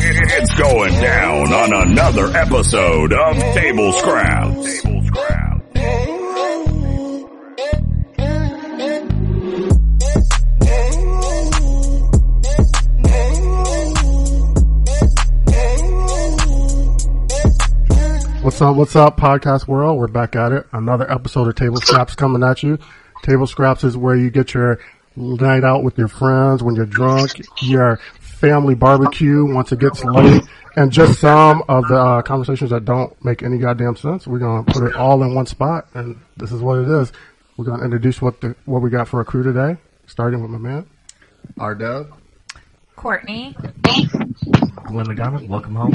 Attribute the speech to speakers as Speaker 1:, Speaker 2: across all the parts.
Speaker 1: It's going down on another episode of Table Scraps.
Speaker 2: What's up? What's up, podcast world? We're back at it. Another episode of Table Scraps coming at you. Table Scraps is where you get your night out with your friends when you're drunk, your family barbecue once it gets late, and just some of the uh, conversations that don't make any goddamn sense. We're gonna put it all in one spot, and this is what it is. We're gonna introduce what the, what we got for a crew today, starting with my man.
Speaker 3: R Dub.
Speaker 4: Courtney.
Speaker 5: Glenn McDonald, welcome home.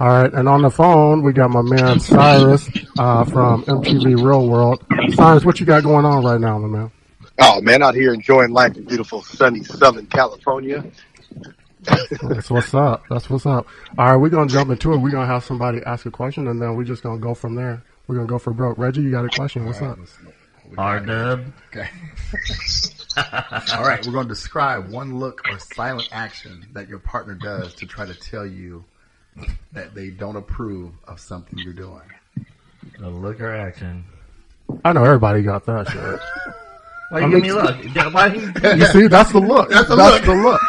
Speaker 2: All right, and on the phone we got my man Cyrus uh, from MTV Real World. Cyrus, what you got going on right now, my man?
Speaker 6: Oh man, out here enjoying life in beautiful sunny Southern California.
Speaker 2: That's what's up. That's what's up. All right, we're gonna jump into it. We're gonna have somebody ask a question, and then we're just gonna go from there. We're gonna go for broke. Reggie, you got a question? What's up?
Speaker 5: R Dub.
Speaker 3: Okay. All right, we're going to describe one look or silent action that your partner does to try to tell you that they don't approve of something you're doing.
Speaker 5: A look or action.
Speaker 2: I know everybody got that shit.
Speaker 5: Why you give me a look? Yeah, Why you,
Speaker 2: You see, that's the look. That's
Speaker 3: the look.
Speaker 2: the look.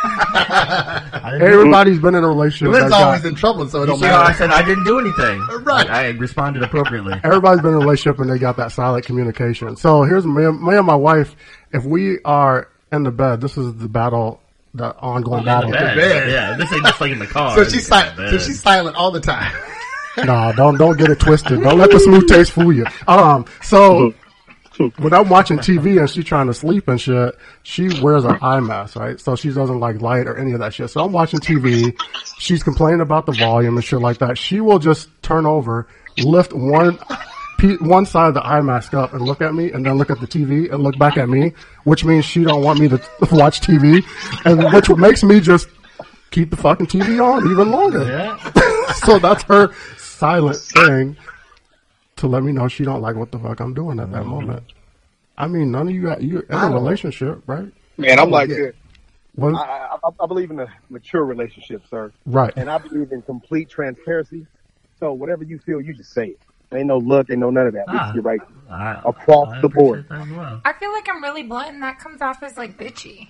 Speaker 5: I didn't do-
Speaker 2: Everybody's been in a relationship.
Speaker 3: Lynn's
Speaker 2: that got-
Speaker 3: always in trouble, so it
Speaker 5: you
Speaker 3: don't
Speaker 5: see how I
Speaker 3: matter.
Speaker 5: said I didn't do anything?
Speaker 3: Right.
Speaker 5: I, I responded appropriately.
Speaker 2: everybody's been in a relationship and they got that silent communication. So here's me, and- me and my wife. If we are in the bed, this is the battle, the ongoing battle.
Speaker 5: Bad.
Speaker 3: bed.
Speaker 5: Yeah, this ain't just like in the car.
Speaker 3: So she's
Speaker 5: This is
Speaker 3: silent.
Speaker 5: bad.
Speaker 3: So she's silent all the time.
Speaker 2: Nah, don't don't get it twisted. Don't let the smooth taste fool you. Um, so when I'm watching TV and she's trying to sleep and shit, she wears an eye mask, right? So she doesn't like light or any of that shit. So I'm watching TV, she's complaining about the volume and shit like that. She will just turn over, lift one pe- one side of the eye mask up and look at me, and then look at the TV and look back at me, which means she don't want me to watch TV, and which makes me just keep the fucking TV on even longer
Speaker 5: Yeah.
Speaker 2: so that's her silent thing to let me know she don't like what the fuck I'm doing at that
Speaker 5: Mm-hmm.
Speaker 2: moment. I mean, none of you got you're in a relationship, right?
Speaker 6: Man, I'm like
Speaker 3: Oh, yeah.
Speaker 6: this.
Speaker 2: What-
Speaker 6: I, I, I believe in a mature relationship, sir,
Speaker 2: right.
Speaker 6: and I believe in complete transparency. So whatever you feel, you just say it. Ain't no look, ain't no none of that. We
Speaker 5: Ah.
Speaker 6: You're right.
Speaker 5: I,
Speaker 6: Across
Speaker 5: I
Speaker 6: the board.
Speaker 5: appreciate that as well.
Speaker 4: I feel like I'm really blunt, and that comes off as like bitchy.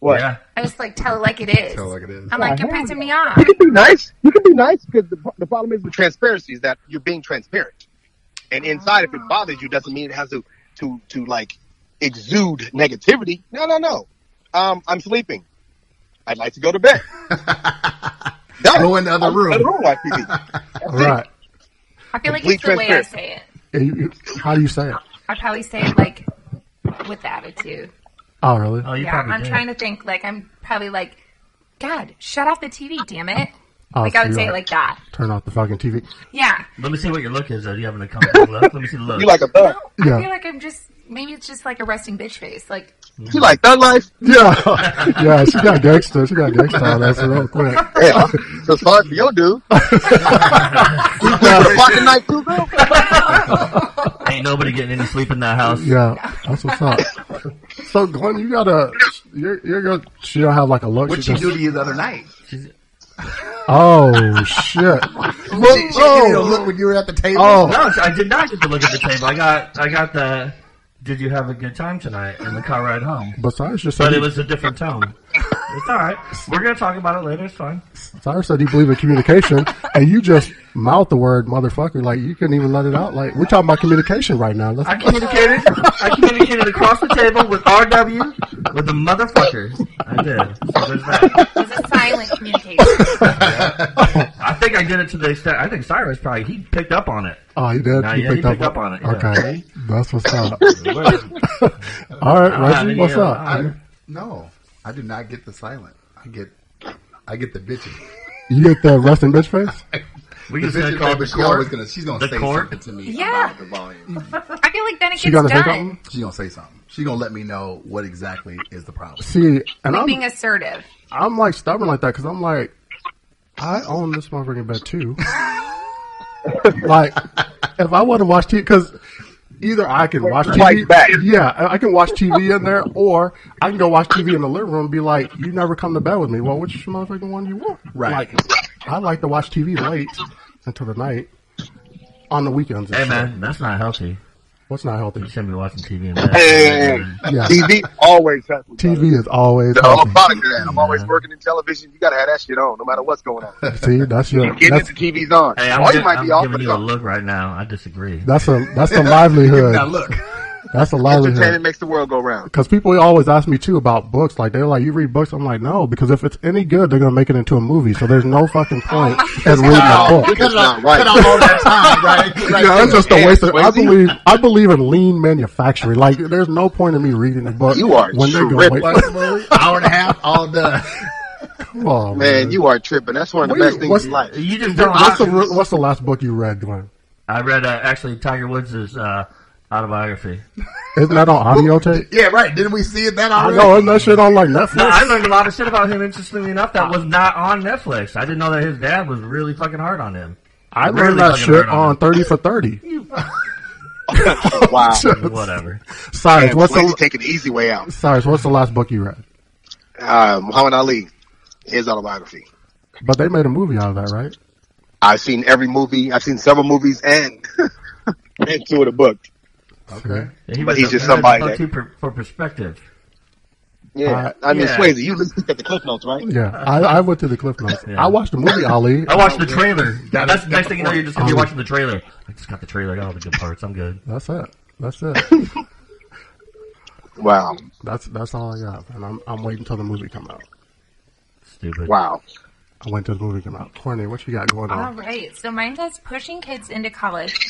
Speaker 6: What?
Speaker 5: Yeah.
Speaker 4: I just like tell it like it is.
Speaker 3: Tell like it is.
Speaker 4: I'm like you're pissing me off.
Speaker 6: You can be nice. You can be nice because the, the problem is with transparency is that you're being transparent, and inside, if it bothers you, doesn't mean it has to to to like exude negativity. No, no, no. Um, I'm sleeping. I'd like to go to bed. Done.
Speaker 3: Go in the other
Speaker 6: I'll go in
Speaker 3: room.
Speaker 6: watch TV.
Speaker 2: Right.
Speaker 4: I feel like
Speaker 6: Complete
Speaker 4: it's the way I
Speaker 6: transparency.
Speaker 4: say it.
Speaker 2: And you- you- how do you say it?
Speaker 4: I probably say it like with attitude.
Speaker 2: Oh, really?
Speaker 5: Oh, you
Speaker 4: Yeah,
Speaker 5: probably
Speaker 4: I'm
Speaker 5: did.
Speaker 4: trying to think. Like I'm probably like, God, shut off the TV, damn it.
Speaker 2: Oh,
Speaker 4: Like
Speaker 2: so
Speaker 4: I would
Speaker 2: you
Speaker 4: say it
Speaker 2: like-
Speaker 4: like that.
Speaker 2: Turn off the fucking TV.
Speaker 4: Yeah.
Speaker 5: Let me see what your look is. Are you having a comfortable look? Let me see the look.
Speaker 6: You like a thug?
Speaker 4: I
Speaker 2: Yeah.
Speaker 4: feel like I'm just maybe it's just like a resting bitch face. Like
Speaker 6: You like thug life?
Speaker 2: Yeah, yeah. She got gangster. She got gangster. on That's real quick.
Speaker 6: Yeah. So sorry for your dude. you sleep with a pocket knife too, girl?
Speaker 5: ain't nobody getting any sleep in that house.
Speaker 2: Yeah, that's what's up. So Glenn, you gotta, you're, you're gonna. She don't have like a look.
Speaker 3: What'd she
Speaker 2: just-
Speaker 3: do to you the other night?
Speaker 5: She's,
Speaker 2: Oh shit!
Speaker 3: She, she gave you a look when you were at the table.
Speaker 2: Oh,
Speaker 5: No, I did not get to look at the table. I got, I got the. Did you have a good time tonight in the car ride home?
Speaker 2: besides just
Speaker 5: But it was a different tone. It's all right. We're gonna talk about it later. It's fine.
Speaker 2: Cyrus said he believed in communication, and you just mouth the word motherfucker like you couldn't even let it out. Like we're talking about communication right now. Let's,
Speaker 5: I communicated. I communicated across the table with RW with the motherfucker. I did. So there's that.
Speaker 4: it was a silent communication.
Speaker 5: I think I did it to the extent. I think Cyrus probably he picked up on it.
Speaker 2: oh, you did.
Speaker 5: Nah,
Speaker 2: you
Speaker 5: yeah, he picked up on it, yeah.
Speaker 2: Okay, that's what's up.
Speaker 5: What's
Speaker 2: All right, Reggie, what's up?
Speaker 3: I, no, I do not get the silent. I get, I get the bitches.
Speaker 2: You get the resting bitch face?
Speaker 5: We
Speaker 3: The bitches
Speaker 5: just gonna call
Speaker 3: know,
Speaker 5: the
Speaker 3: but she always
Speaker 5: court.
Speaker 3: gonna, she's gonna
Speaker 5: The
Speaker 3: say
Speaker 5: court?
Speaker 3: something to me
Speaker 4: Yeah.
Speaker 3: about the volume.
Speaker 4: I feel like then it
Speaker 2: She
Speaker 4: gets
Speaker 2: gonna say
Speaker 4: done.
Speaker 2: something?
Speaker 3: She's gonna say something. She's gonna let me know what exactly is the problem.
Speaker 2: See, and
Speaker 4: Like
Speaker 2: I'm
Speaker 4: being assertive.
Speaker 2: I'm like stubborn like that because I'm like, I own this motherfucking bed too. like, if I would have watched TV, because either I can watch
Speaker 6: Fight
Speaker 2: TV.
Speaker 6: back.
Speaker 2: Yeah, I I can watch TV in there, or I can go watch TV in the living room and be like, "You never come to bed with me." Well, which motherfucking one you want?
Speaker 3: Right.
Speaker 2: Like, I like to watch TV late until the night on the weekends. and
Speaker 5: Hey
Speaker 2: shit.
Speaker 5: man, that's not healthy.
Speaker 2: what's not healthy?
Speaker 5: You shouldn't be watching TV and
Speaker 6: Hey,
Speaker 5: that.
Speaker 2: Yeah,
Speaker 6: TV always has to
Speaker 2: TV is always
Speaker 6: I'm a
Speaker 2: healthy.
Speaker 6: product of that. I'm always working in television. You gotta have that shit on, no matter what's going on.
Speaker 2: See, that's your
Speaker 6: Even
Speaker 2: that's
Speaker 6: if the TV's on,
Speaker 5: Hey, I'm,
Speaker 6: or Oh, you
Speaker 5: gi-
Speaker 6: might
Speaker 5: I'm
Speaker 6: be off,
Speaker 5: giving
Speaker 6: but it's
Speaker 5: you a
Speaker 6: on.
Speaker 5: look right now. I disagree.
Speaker 2: that's a that's a
Speaker 3: Now
Speaker 2: livelihood.
Speaker 3: look,
Speaker 2: That's a livelihood.
Speaker 6: Entertainment makes the world go round.
Speaker 2: Because people always ask me too about books. Like they're like, "You read books?" I'm like, "No," because if it's any good, they're gonna make it into a movie. So there's no fucking point in reading a book.
Speaker 3: cut it off.
Speaker 6: not right.
Speaker 3: Cut off all that time, right? right
Speaker 2: Yeah, that's
Speaker 3: there.
Speaker 2: just a
Speaker 6: Yeah,
Speaker 2: waste. Of, I
Speaker 6: Swayze.
Speaker 2: believe I believe in lean manufacturing. Like, there's no point in me reading the book.
Speaker 6: You are
Speaker 2: when they go,
Speaker 6: tripping.
Speaker 2: wait,
Speaker 3: Watch the movie, hour and a half, all done.
Speaker 2: come on,
Speaker 6: Man, you are tripping. That's one of the
Speaker 2: Wait,
Speaker 6: best
Speaker 2: what's-
Speaker 6: things in life.
Speaker 5: You just don't.
Speaker 2: What's the,
Speaker 5: I-
Speaker 2: re- what's the last book you read, Glenn?
Speaker 5: I read uh, actually Tiger Woods' uh, autobiography.
Speaker 2: Isn't that on audio tape?
Speaker 3: Yeah, right. Didn't we see it that
Speaker 2: I
Speaker 3: already?
Speaker 2: know, isn't that shit on like
Speaker 5: No,
Speaker 2: Netflix?
Speaker 5: I learned a lot of shit about him. Interestingly enough, that was not on Netflix. I didn't know that his dad was really fucking hard on him.
Speaker 2: I learned
Speaker 5: really
Speaker 2: that
Speaker 5: fucking
Speaker 2: shit
Speaker 5: learned on
Speaker 2: on
Speaker 5: it.
Speaker 2: Thirty for Thirty.
Speaker 6: Wow.
Speaker 5: Whatever.
Speaker 2: Cyrus,
Speaker 6: Man,
Speaker 2: what's
Speaker 6: Swayze
Speaker 2: the
Speaker 6: taking the easy way out.
Speaker 2: Cyrus, what's the last book you read?
Speaker 6: Uh, Muhammad Ali, his autobiography.
Speaker 2: But they made a movie out of that, right?
Speaker 6: I've seen every movie. I've seen several movies and and two of the book.
Speaker 2: Okay.
Speaker 5: Yeah, he
Speaker 6: But
Speaker 5: was
Speaker 6: he's just
Speaker 5: a- he was a
Speaker 6: somebody
Speaker 5: fuck
Speaker 6: that-
Speaker 5: you for, for perspective.
Speaker 6: Yeah,
Speaker 2: Uh,
Speaker 6: I mean
Speaker 5: yeah.
Speaker 6: Swayze, you looked at the clip notes, right?
Speaker 2: Yeah, I, I went to the cliff notes.
Speaker 5: Yeah. Oh.
Speaker 2: I watched the movie Ali.
Speaker 5: I watched the trailer.
Speaker 3: That-
Speaker 5: That's the
Speaker 3: that's
Speaker 5: next thing you know, you're just gonna be
Speaker 2: Um,
Speaker 5: watching the trailer. I just got the trailer. I got all the good parts. I'm good.
Speaker 2: That's it. That's it.
Speaker 6: Wow,
Speaker 2: That's that's all I got. And I'm I'm waiting till the movie come out.
Speaker 5: Stupid.
Speaker 6: wow.
Speaker 2: I went till the movie come out. Corny, what you got going on?
Speaker 5: Oh.
Speaker 4: All right. So mine says pushing kids into college.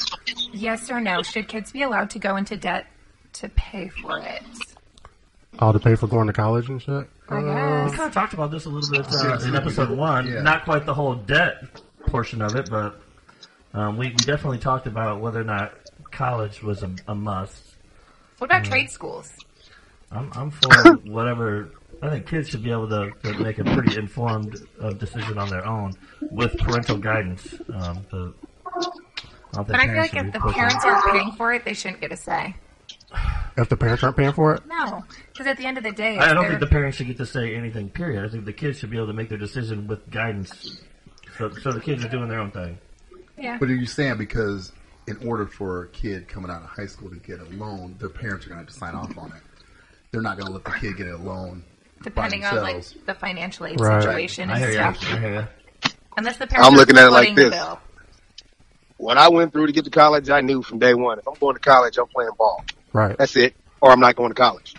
Speaker 4: Yes or no? Should kids be allowed to go into debt to pay for it?
Speaker 2: all to pay for going to college and shit.
Speaker 4: I
Speaker 5: We
Speaker 4: guess.
Speaker 5: kind of talked about this a little bit uh, in episode one.
Speaker 3: Yeah.
Speaker 5: Not quite the whole debt portion of it, but um, we, we definitely talked about whether or not college was a, a must.
Speaker 4: What about trade schools?
Speaker 5: I'm, I'm for whatever. I think kids should be able to, to make a pretty informed uh, decision on their own with parental guidance. Um, the, not that
Speaker 4: But I feel like
Speaker 5: parents should
Speaker 4: if
Speaker 5: be
Speaker 4: the
Speaker 5: pushing.
Speaker 4: parents aren't paying for it, they shouldn't get a say.
Speaker 2: If the parents aren't paying for it,
Speaker 4: No, because at the end of the day,
Speaker 5: I don't
Speaker 4: they're-
Speaker 5: think the parents should get to say anything. Period. I think the kids should be able to make their decision with guidance. So, so the kids are doing their own thing.
Speaker 4: yeah.
Speaker 3: But are you saying because in order for a kid coming out of high school to get a loan, their parents are going to have to sign off on it? They're not going to let the kid get a loan.
Speaker 4: depending
Speaker 3: by
Speaker 4: on like
Speaker 3: themselves.
Speaker 4: the financial aid
Speaker 2: Right.
Speaker 4: situation
Speaker 5: I
Speaker 4: and
Speaker 5: hear you. I
Speaker 4: stuff.
Speaker 5: hear you.
Speaker 4: Unless the parents
Speaker 6: I'm
Speaker 4: are
Speaker 6: looking at it like
Speaker 4: footing the
Speaker 6: this.
Speaker 4: bill.
Speaker 6: What I went through to get to college, I knew from day one. If I'm going to college, I'm playing ball.
Speaker 2: right?
Speaker 6: That's it. Or I'm not going to college.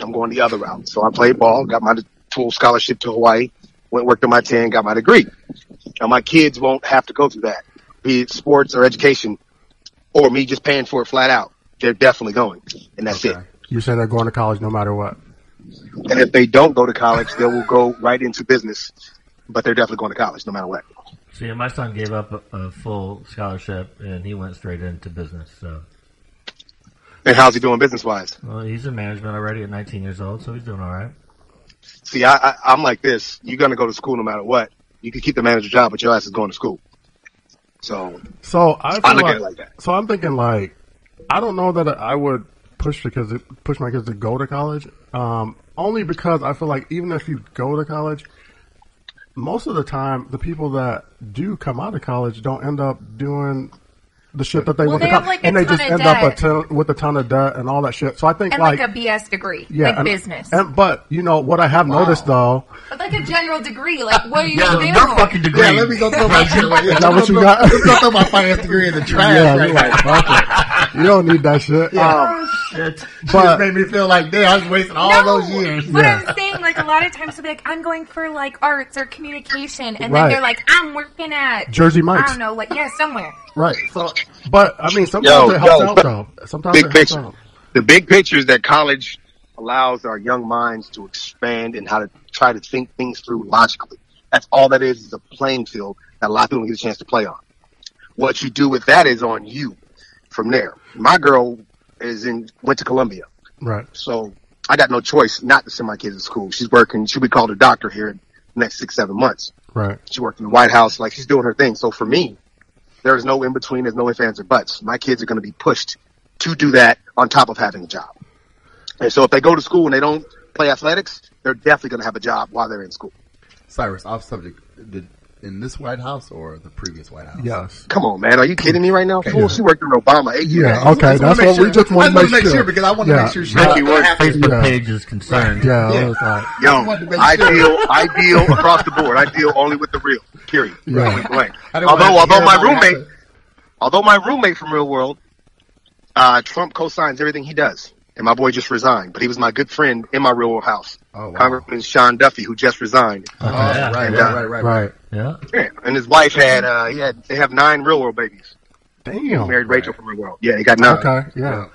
Speaker 6: I'm going the other route. So I played ball, got my full scholarship to Hawaii, went worked on my 10, got my degree. Now my kids won't have to go through that, be it sports or education or me just paying for it flat out. They're definitely going. And that's
Speaker 3: Okay.
Speaker 6: it.
Speaker 2: You said they're going to college no matter what.
Speaker 6: And if they don't go to college, they will go right into business. But they're definitely going to college no matter what.
Speaker 5: See, my son gave up a, a full scholarship and he went straight into business. So,
Speaker 6: And how's he doing business wise?
Speaker 5: well, he's in management already at 19 years old, so he's doing all right.
Speaker 6: See, I, I, I'm like this. You're going to go to school no matter what. You can keep the manager job, but your ass is going to school. So
Speaker 2: So I, feel
Speaker 6: I look at it like that.
Speaker 2: So I'm thinking like, I don't know that I would push because push my kids to go to college. Um, only because I feel like even if you go to college, most of the time the people that do come out of college don't end up doing. The shit that they
Speaker 4: Well,
Speaker 2: went
Speaker 4: they
Speaker 2: to
Speaker 4: have,
Speaker 2: college,
Speaker 4: like, a
Speaker 2: and they
Speaker 4: ton
Speaker 2: just
Speaker 4: of
Speaker 2: end up a
Speaker 4: debt.
Speaker 2: ton, with a ton of debt and all that shit. So I think
Speaker 4: And like, a BS degree, like
Speaker 2: and-
Speaker 4: business,
Speaker 2: And but you know what I have noticed though
Speaker 4: but like a general degree. Like what are you
Speaker 5: Yeah,
Speaker 4: doing?
Speaker 5: your fucking degree.
Speaker 3: Yeah, let me go throw my yeah,
Speaker 2: that what you got?
Speaker 3: Let's go throw my finance degree in the trash.
Speaker 2: Yeah,
Speaker 3: right
Speaker 2: you're like, fuck it. You don't need that shit. Um,
Speaker 5: Shit.
Speaker 3: But
Speaker 2: but
Speaker 3: Oh, made me feel like, damn, I was wasting all
Speaker 4: no,
Speaker 3: those years.
Speaker 4: But
Speaker 2: Yeah.
Speaker 4: I'm saying, like a lot of times, they'll be like, "I'm going for like arts or communication," and
Speaker 2: Right.
Speaker 4: then they're like, "I'm working at
Speaker 2: Jersey
Speaker 4: I
Speaker 2: Mike's
Speaker 4: don't know, like yeah, somewhere."
Speaker 2: right. So, but I mean, sometimes
Speaker 6: Yo,
Speaker 2: it helps
Speaker 6: yo,
Speaker 2: out though. Sometimes
Speaker 6: big
Speaker 2: it helps
Speaker 6: picture.
Speaker 2: out.
Speaker 6: the big picture is that college allows our young minds to expand and how to try to think things through logically. That's all that is, is a playing field that a lot of people don't get a chance to play on. What you do with that is on you from there. My girl is in, went to Columbia.
Speaker 2: Right.
Speaker 6: So I got no choice not to send my kids to school. She's working. She'll be called a doctor here in the next six, seven months.
Speaker 2: Right.
Speaker 6: She worked in the White House. Like she's doing her thing. So for me, there is no in between. There's no ifs, ands, or buts. My kids are going to be pushed to do that on top of having a job. And so if they go to school and they don't play athletics, they're definitely going to have a job while they're in school.
Speaker 3: Cyrus, off subject. Did, in this White House or the previous White House?
Speaker 2: Yes.
Speaker 6: Come on, man. Are you kidding me right now? Fool, she worked under Obama. Eight years.
Speaker 2: Yeah. Okay.
Speaker 3: I wanna
Speaker 2: That's
Speaker 3: make
Speaker 2: what we
Speaker 3: sure-
Speaker 2: just want
Speaker 3: I
Speaker 2: to
Speaker 3: wanna make sure because I wanna
Speaker 2: yeah.
Speaker 3: make sure she-
Speaker 2: Not-
Speaker 5: Becky Ward's Facebook
Speaker 2: Yeah.
Speaker 5: page is concerned.
Speaker 2: Yeah.
Speaker 3: Yeah.
Speaker 2: it was like-
Speaker 6: Yo,
Speaker 3: wanted to make
Speaker 6: I
Speaker 3: sure.
Speaker 6: deal, I deal across the board. I deal only with the real. Period.
Speaker 2: Right.
Speaker 6: Point blank.
Speaker 3: I didn't wanna
Speaker 6: Although,
Speaker 3: have to
Speaker 6: although
Speaker 3: hear
Speaker 6: my
Speaker 3: about what
Speaker 6: roommate,
Speaker 3: happened.
Speaker 6: although my roommate from Real World, uh, Trump co-signs everything he does, and my boy just resigned. But he was my good friend in my Real World house,
Speaker 3: Oh, wow.
Speaker 6: Congressman Sean Duffy, who just resigned.
Speaker 3: Oh,
Speaker 5: Yeah.
Speaker 3: right,
Speaker 6: Yeah.
Speaker 3: right, right, right,
Speaker 2: Right.
Speaker 5: Yeah.
Speaker 6: Yeah, and his wife had, uh, he had, they have nine Real World babies.
Speaker 2: Damn.
Speaker 6: Married Rachel from Real World. Yeah, he got nine.
Speaker 2: Okay. Yeah.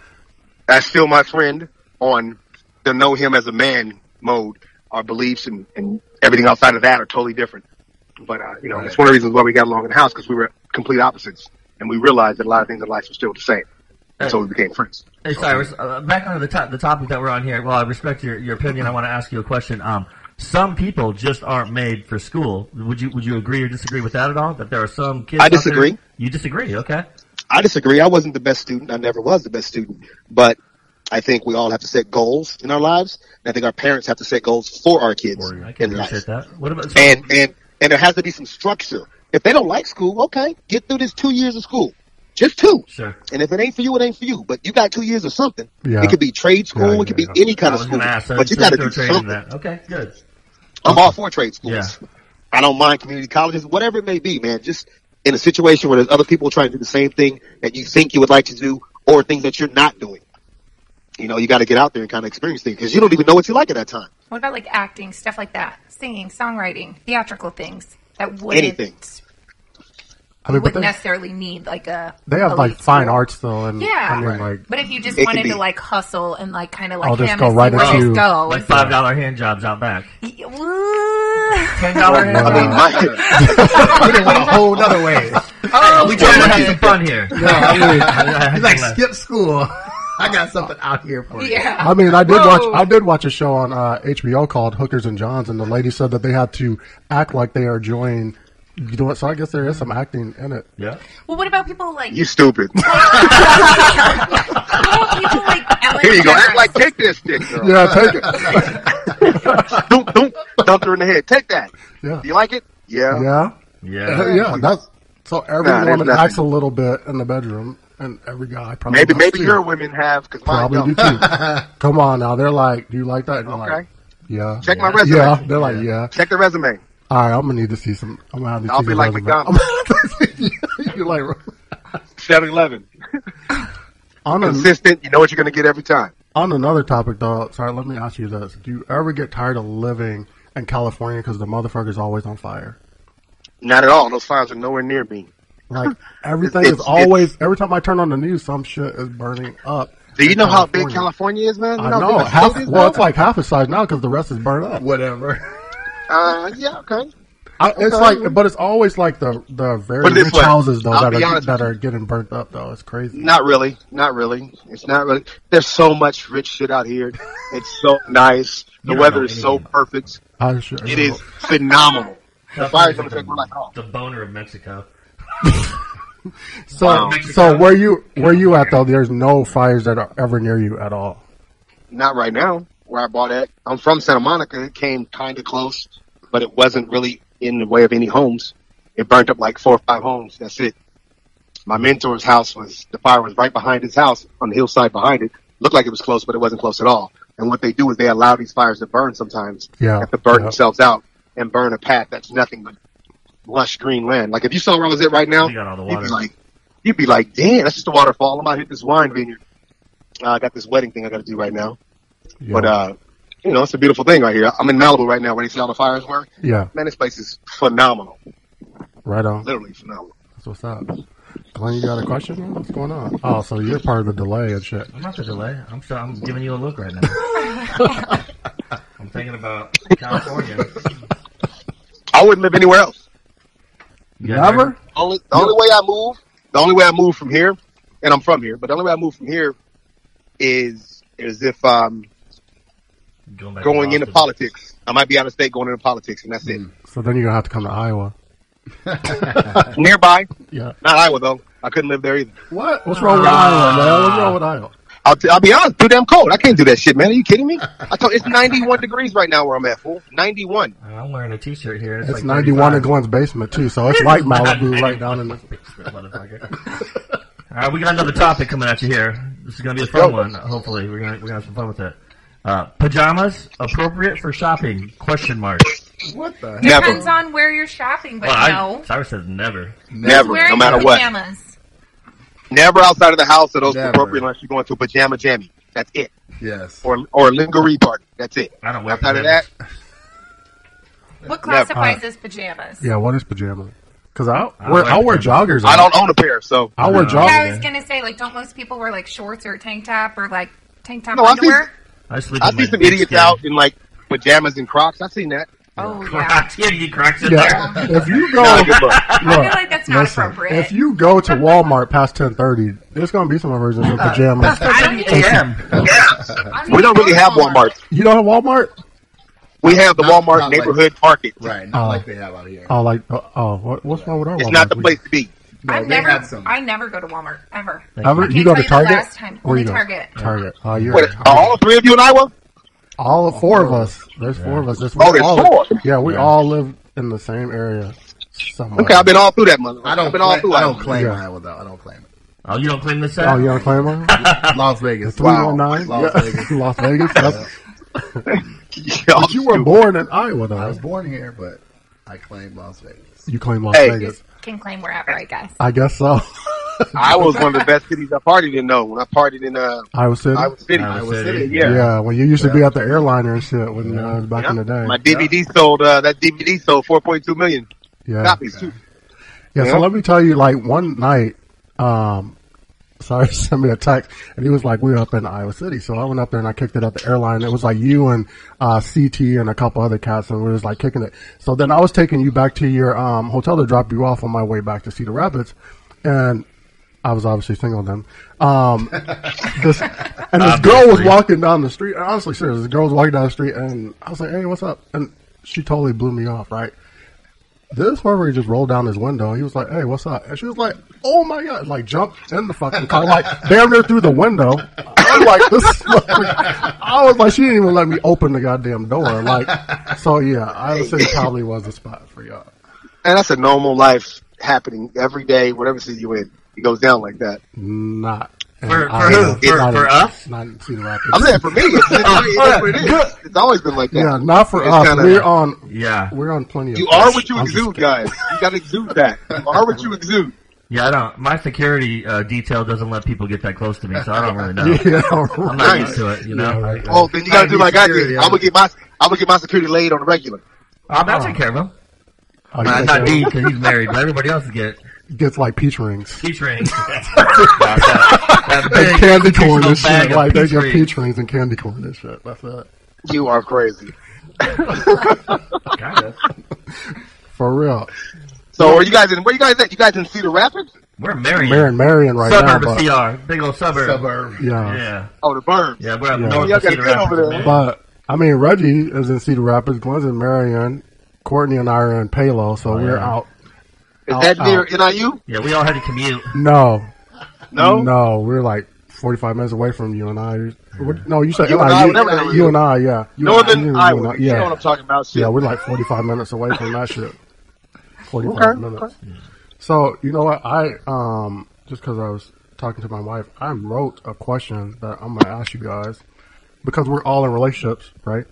Speaker 6: that's still my friend on the know him as a man mode. Our beliefs and, and everything outside of that are totally different. But, uh, you know, it's one of the reasons why we got along in the house because we were complete opposites and we realized that a lot of things in life are still the same. And so we became friends.
Speaker 5: Hey, Cyrus, uh, back onto the, to- the topic that we're on here. Well, I respect your, your opinion. I want to ask you a question. Um, some people just aren't made for school. Would you would you agree or disagree with that at all? That there are some kids.
Speaker 6: I
Speaker 5: out there-
Speaker 6: disagree.
Speaker 5: You disagree? Okay.
Speaker 6: I disagree. I wasn't the best student. I never was the best student. But I think we all have to set goals in our lives. And I think our parents have to set goals for our kids
Speaker 5: I can
Speaker 6: in life.
Speaker 5: appreciate that. What about so,
Speaker 6: and and and there has to be some structure. If they don't like school, okay, get through this two years of school, just two.
Speaker 5: Sure.
Speaker 6: And if it ain't for you, it ain't for you. But you got two years of something.
Speaker 2: Yeah.
Speaker 6: It could be trade school.
Speaker 2: Yeah,
Speaker 6: it could
Speaker 2: yeah,
Speaker 6: be any
Speaker 5: I
Speaker 6: kind of
Speaker 5: was
Speaker 6: school.
Speaker 5: going to ask. So
Speaker 6: but you
Speaker 5: so
Speaker 6: got to
Speaker 5: you're
Speaker 6: do
Speaker 5: trading
Speaker 6: something.
Speaker 5: that. Okay. Good.
Speaker 6: I'm all for trade schools.
Speaker 5: Yeah.
Speaker 6: I don't mind community colleges, whatever it may be, man. Just in a situation where there's other people trying to do the same thing that you think you would like to do, or things that you're not doing. You know, you got to get out there and kind of experience things because you don't even know what you like at that time.
Speaker 4: What about like acting, stuff like that? Singing, songwriting, theatrical things that wouldn't
Speaker 6: Anything.
Speaker 2: I mean, but
Speaker 4: wouldn't
Speaker 2: they,
Speaker 4: necessarily need like a
Speaker 2: they have like
Speaker 4: elite
Speaker 2: fine
Speaker 4: school.
Speaker 2: arts though, and
Speaker 4: Yeah.
Speaker 2: I mean, like
Speaker 4: But if you just
Speaker 6: It could
Speaker 4: wanted
Speaker 6: be.
Speaker 4: to like hustle and like kind of like
Speaker 2: I'll just
Speaker 4: him
Speaker 2: go
Speaker 4: and see
Speaker 2: right
Speaker 4: where
Speaker 2: at
Speaker 4: this
Speaker 2: you.
Speaker 4: goes.
Speaker 5: Like five dollar hand jobs out back.
Speaker 4: Yeah, woo.
Speaker 5: Ten dollar hand
Speaker 6: I mean,
Speaker 5: jobs.
Speaker 6: my,
Speaker 3: We done went a whole other way.
Speaker 5: Oh, we trying to have some fun here.
Speaker 3: He's like, skip school. I got something out here for you.
Speaker 4: yeah.
Speaker 2: I mean, I did
Speaker 4: Whoa.
Speaker 2: watch. I did watch a show on uh, HBO called Hookers and Johns, and the lady said that they had to act like they are enjoying. You know what? So I guess there is some acting in it.
Speaker 5: Yeah.
Speaker 4: Well, what about people like
Speaker 6: you stupid.
Speaker 4: what about people like Ellen
Speaker 6: Here you go. Act
Speaker 4: DeGeneres?
Speaker 6: like take this dick, girl.
Speaker 2: Yeah, take it.
Speaker 6: Doop, doop. Dump her in the head. Take that.
Speaker 2: Yeah,
Speaker 6: Do you like it? Yeah.
Speaker 2: yeah,
Speaker 5: Yeah.
Speaker 2: Uh, yeah. That's so every
Speaker 6: Nah, there's
Speaker 2: woman
Speaker 6: nothing.
Speaker 2: acts a little bit in the bedroom, and every guy probably
Speaker 6: Maybe
Speaker 2: does
Speaker 6: maybe
Speaker 2: too.
Speaker 6: your women have because mine
Speaker 2: probably do
Speaker 6: don't.
Speaker 2: too. Come on now, they're like, do you like that? And you're like,
Speaker 6: Okay.
Speaker 2: yeah.
Speaker 6: Check my resume.
Speaker 2: Yeah, they're like, yeah.
Speaker 6: Check the resume.
Speaker 2: All right, I'm gonna need to see some. I'm gonna have to
Speaker 6: I'll
Speaker 2: see
Speaker 6: be
Speaker 2: your
Speaker 6: like
Speaker 2: resume.
Speaker 6: McDonald's.
Speaker 2: You're like
Speaker 6: 7-Eleven.
Speaker 2: on a,
Speaker 6: Consistent. You know what you're going to get every time.
Speaker 2: On another topic, though, sorry, let me ask you this: Do you ever get tired of living in California because the motherfucker's always on fire?
Speaker 6: Not at all. Those signs are nowhere near me.
Speaker 2: Like everything
Speaker 6: It's-
Speaker 2: is
Speaker 6: it's-
Speaker 2: always. every time I turn on the news, some shit is burning up.
Speaker 6: Do you
Speaker 2: in
Speaker 6: know how big California is, man? You
Speaker 2: I
Speaker 6: how
Speaker 2: know.
Speaker 6: big
Speaker 2: Half,
Speaker 6: it is
Speaker 2: well,
Speaker 6: now?
Speaker 2: it's like half the size now because the rest is burned up.
Speaker 3: Whatever.
Speaker 6: Uh, yeah, okay.
Speaker 2: I, it's like, but it's always like the the very
Speaker 6: Put it this
Speaker 2: rich
Speaker 6: way.
Speaker 2: houses though
Speaker 6: I'll
Speaker 2: that
Speaker 6: be
Speaker 2: are
Speaker 6: honest
Speaker 2: that
Speaker 6: with
Speaker 2: are getting burnt up though. It's crazy.
Speaker 6: Not really. Not really. It's not really. There's so much rich shit out here. It's so nice. The
Speaker 5: You don't
Speaker 6: weather
Speaker 5: know
Speaker 6: is so
Speaker 5: anything.
Speaker 6: perfect.
Speaker 2: I sure,
Speaker 6: It is phenomenal. The fires don't affect my life at all.
Speaker 5: The boner of Mexico.
Speaker 2: So,
Speaker 6: Wow.
Speaker 2: so where you where you at though? There's no fires that are ever near you at all.
Speaker 6: not right now where I bought at. I'm from Santa Monica. It came kind of close, but it wasn't really in the way of any homes. It burnt up like four or five homes. That's it. My mentor's house was, the fire was right behind his house on the hillside behind it. Looked like it was close, but it wasn't close at all. And what they do is they allow these fires to burn sometimes.
Speaker 2: Yeah,
Speaker 6: They Have to burn
Speaker 2: yeah.
Speaker 6: themselves out and burn a path that's nothing but lush green land. Like if you saw where I was at right now,
Speaker 5: You got all the
Speaker 6: you'd be
Speaker 5: water.
Speaker 6: like, you'd be like, damn, that's just a waterfall. I'm out here at this wine vineyard. Uh, I got this wedding thing I got to do right now.
Speaker 2: Yeah.
Speaker 6: But uh, you know, it's a beautiful thing right here. I'm in Malibu right now where they see all the fires were.
Speaker 2: yeah,
Speaker 6: Man, this place is phenomenal.
Speaker 2: right on.
Speaker 6: Literally phenomenal.
Speaker 2: That's what's up. Glenn, you got a question? man? What's going on? Oh, so you're part of the delay and shit.
Speaker 5: I'm not the delay. I'm so, I'm giving you a look right now. I'm thinking about California.
Speaker 6: I wouldn't live anywhere else.
Speaker 5: You guys
Speaker 2: Never?
Speaker 5: heard?
Speaker 6: Only the only way I move the only way I move from here, and I'm from here, but the only way I move from here is is if um
Speaker 5: Going, back to
Speaker 6: going into
Speaker 5: Boston.
Speaker 6: politics. I might be out of state going into politics and that's it.
Speaker 2: So then you're gonna have to come to Iowa.
Speaker 6: Nearby.
Speaker 2: Yeah.
Speaker 6: Not Iowa though. I couldn't live there either.
Speaker 2: What? What's wrong with
Speaker 6: Ah.
Speaker 2: Iowa, man? What's wrong with Iowa?
Speaker 6: I'll, t- I'll be honest, too damn cold. I can't do that shit, man. Are you kidding me? I told it's 91 degrees right now where I'm at, fool. 91.
Speaker 5: I'm wearing a T-shirt here. It's,
Speaker 2: It's
Speaker 5: like
Speaker 2: 91 in
Speaker 5: 35.
Speaker 2: Glenn's basement too, so it's like Malibu right down in the.
Speaker 5: Motherfucker. All right, we got another topic coming at you here. This is gonna be a fun
Speaker 6: Go.
Speaker 5: one. Hopefully, we're gonna we're gonna have some fun with it. Uh, pajamas appropriate for shopping? Question mark.
Speaker 3: What the heck?
Speaker 6: Never.
Speaker 4: Depends on where you're shopping, but
Speaker 5: Well, I-
Speaker 4: no.
Speaker 5: Cyrus says never.
Speaker 4: Just
Speaker 6: Never,
Speaker 4: wearing
Speaker 6: no matter what.
Speaker 4: pajamas.
Speaker 6: Never outside of the house are those
Speaker 3: Never.
Speaker 6: appropriate unless you're going to a pajama jammy. That's it.
Speaker 3: Yes.
Speaker 6: Or or a lingerie party. That's it.
Speaker 5: I don't wear
Speaker 6: outside
Speaker 5: pajamas.
Speaker 6: of that.
Speaker 4: What classifies as pajamas?
Speaker 2: Yeah, what is pajamas? Because I
Speaker 5: I
Speaker 2: wear
Speaker 5: like
Speaker 2: I wear
Speaker 5: pajamas.
Speaker 2: joggers.
Speaker 6: I don't own a pair, so
Speaker 2: I wear
Speaker 5: No.
Speaker 4: Yeah, I
Speaker 2: joggers.
Speaker 4: was gonna say, like, don't most people wear like shorts or a tank top or like tank top
Speaker 6: No, I think-
Speaker 4: underwear?
Speaker 5: I sleep.
Speaker 6: I
Speaker 5: in my
Speaker 6: see some
Speaker 5: big
Speaker 6: idiots
Speaker 5: skin.
Speaker 6: out in like pajamas and Crocs. I've seen that.
Speaker 4: Oh yeah,
Speaker 5: Crocs. Yeah, you Crocs in
Speaker 2: Yeah,
Speaker 5: there.
Speaker 2: if you
Speaker 3: Oh.
Speaker 2: go,
Speaker 6: Not a good look.
Speaker 4: I feel like that's not
Speaker 2: listen,
Speaker 4: appropriate.
Speaker 2: if you go to Walmart past ten thirty, there's gonna be some versions of pajamas.
Speaker 4: I don't even.
Speaker 5: a.m.
Speaker 4: I don't
Speaker 6: We
Speaker 4: even
Speaker 6: don't
Speaker 4: go
Speaker 6: really
Speaker 4: to
Speaker 6: have Walmart.
Speaker 2: You don't have Walmart?
Speaker 6: We have the
Speaker 3: Not-
Speaker 6: Walmart
Speaker 3: not like-
Speaker 6: neighborhood market.
Speaker 3: Right, not
Speaker 2: Oh.
Speaker 3: like they have out here.
Speaker 2: Oh, like oh, oh what, what's wrong with our Walmart?
Speaker 6: It's not the
Speaker 2: We-
Speaker 6: place to be.
Speaker 3: No,
Speaker 4: I've
Speaker 3: they
Speaker 4: never,
Speaker 3: have some.
Speaker 4: I never go to Walmart ever.
Speaker 2: Ever-
Speaker 4: I can't
Speaker 2: you go
Speaker 4: tell
Speaker 2: to
Speaker 4: you the
Speaker 2: Target?
Speaker 4: last time.
Speaker 2: Where
Speaker 4: Only
Speaker 2: you go?
Speaker 4: Target.
Speaker 2: Target. Oh, you're
Speaker 6: What, are all three of you in Iowa?
Speaker 2: all four of us. There's four of us. There's
Speaker 6: Oh, there's
Speaker 2: all,
Speaker 6: four?
Speaker 2: Yeah, we all live in the same area. Somewhere.
Speaker 6: Okay, I've been all through that mother.
Speaker 3: I don't.
Speaker 6: I've been all
Speaker 3: Claim,
Speaker 6: through
Speaker 3: I
Speaker 6: Iowa.
Speaker 3: don't claim
Speaker 2: Yeah.
Speaker 3: Iowa though. I don't claim it.
Speaker 5: Oh, you don't claim this out?
Speaker 2: Oh, you don't claim one?
Speaker 3: Las Vegas.
Speaker 2: Three one nine.
Speaker 3: Las Vegas.
Speaker 2: Las Vegas. That's-
Speaker 6: Y'all
Speaker 2: But you were
Speaker 6: stupid.
Speaker 2: born in Iowa, though.
Speaker 3: I was
Speaker 2: right?
Speaker 3: born here, but I claim Las Vegas.
Speaker 2: You claim Las
Speaker 6: Hey.
Speaker 2: Vegas.
Speaker 4: Can claim wherever, I guess.
Speaker 2: I guess so.
Speaker 6: I was one of the best cities I partied in though. When I partied in uh
Speaker 2: Iowa City.
Speaker 6: Iowa City.
Speaker 5: Iowa
Speaker 3: Iowa
Speaker 5: City.
Speaker 3: City.
Speaker 2: yeah.
Speaker 6: yeah.
Speaker 2: when you used to be at the airliner and shit when uh, back in the day.
Speaker 6: My DVD sold uh that DVD sold four point two million
Speaker 2: yeah.
Speaker 6: copies too.
Speaker 2: Yeah, so
Speaker 6: Yeah.
Speaker 2: let me tell you, like one night, um, sorry, sent me a text, and he was like, "We were up in Iowa City." So I went up there and I kicked it at the airline. It was like you and uh, CT and a couple other cats, and we was like kicking it. So then I was taking you back to your um, hotel to drop you off on my way back to Cedar Rapids, and I was obviously single then. Um, this and this girl was walking down the street. Honestly, serious. This girl was walking down the street, and I was like, "Hey, what's up?" And she totally blew me off, right? This motherfucker just rolled down his window. He was like, "Hey, what's up?" And she was like, "Oh my god!" Like jumped in the fucking car, like damn near through the window. I was like, "This." motherfucker- I was like, "She didn't even let me open the goddamn door." Like, so yeah, I would say probably was the spot for y'all.
Speaker 6: And that's a normal life happening every day, whatever city you in. It goes down like that.
Speaker 2: Not in
Speaker 5: For- for
Speaker 2: Iowa,
Speaker 5: who? For-
Speaker 2: not in-
Speaker 5: for us?
Speaker 2: Not in Cedar
Speaker 6: I'm
Speaker 2: Rapids.
Speaker 6: saying for me, it's, it's, that's what it is. It's always been like that.
Speaker 2: Yeah, not for
Speaker 6: It's
Speaker 2: us.
Speaker 6: kinda-
Speaker 2: We're on.
Speaker 5: Yeah.
Speaker 2: We're on plenty of.
Speaker 6: You are what you
Speaker 2: I'm just
Speaker 6: exude,
Speaker 2: kidding.
Speaker 6: guys. You gotta exude that. You are what you exude.
Speaker 5: Yeah, I don't. My security uh, detail doesn't let people get that close to me, so I don't really know.
Speaker 2: Yeah,
Speaker 5: I'm not
Speaker 6: Right.
Speaker 5: used to it, you know.
Speaker 2: right.
Speaker 6: Oh, then you
Speaker 3: I
Speaker 6: gotta do
Speaker 3: need
Speaker 6: like I
Speaker 3: security,
Speaker 6: did.
Speaker 3: I
Speaker 6: I'm gonna
Speaker 3: need-
Speaker 6: get my I'm gonna get my security laid on the regular.
Speaker 5: I'm not taking care of him.
Speaker 2: Oh, you
Speaker 5: Uh,
Speaker 2: think
Speaker 5: not
Speaker 2: that
Speaker 5: Dean because he's married, but everybody else get
Speaker 2: gets like peach rings.
Speaker 5: peach rings. that, that
Speaker 2: and
Speaker 5: big
Speaker 2: candy corn
Speaker 5: nutritional
Speaker 2: and shit.
Speaker 5: bag of
Speaker 2: Like they
Speaker 5: peach
Speaker 2: get
Speaker 5: rings.
Speaker 2: peach rings and candy corn and shit. That's it.
Speaker 6: You are crazy.
Speaker 5: Kinda.
Speaker 2: For real.
Speaker 6: So are you guys in? Where you guys at? You guys in Cedar Rapids?
Speaker 5: We're married.
Speaker 2: Marion Marion right
Speaker 5: suburb
Speaker 2: now,
Speaker 5: of
Speaker 2: but
Speaker 5: CR, big old suburb.
Speaker 3: Suburb.
Speaker 2: yeah.
Speaker 5: Yeah,
Speaker 6: Oh, the burbs.
Speaker 5: yeah, we're up
Speaker 2: Yeah.
Speaker 5: north
Speaker 6: Y'all
Speaker 5: of
Speaker 6: got
Speaker 5: Cedar
Speaker 6: good over there.
Speaker 5: Rapids. man.
Speaker 2: But I mean Reggie is in Cedar Rapids, Glenn's in Marion, Courtney and I are in Palo, so we're
Speaker 5: yeah.
Speaker 2: out
Speaker 6: Is that
Speaker 2: Oh,
Speaker 6: near NIU?
Speaker 5: Yeah, we all had to commute.
Speaker 2: No.
Speaker 6: No.
Speaker 2: No, we're like forty five minutes away from you and I. What- No, you said
Speaker 6: You
Speaker 2: NIU,
Speaker 6: and I, whatever the hell
Speaker 2: you
Speaker 6: it
Speaker 2: and I, yeah. You and I, you
Speaker 6: Northern
Speaker 2: and
Speaker 6: Iowa.
Speaker 2: I,
Speaker 6: You know what
Speaker 2: yeah.
Speaker 6: I'm talking about. Shit.
Speaker 2: Yeah, we're like 45 minutes away from that shit. 45
Speaker 6: Okay,
Speaker 2: minutes. So, you know what? I, um, just because I was talking to my wife, I wrote a question that I'm going to ask you guys because we're all in relationships, right?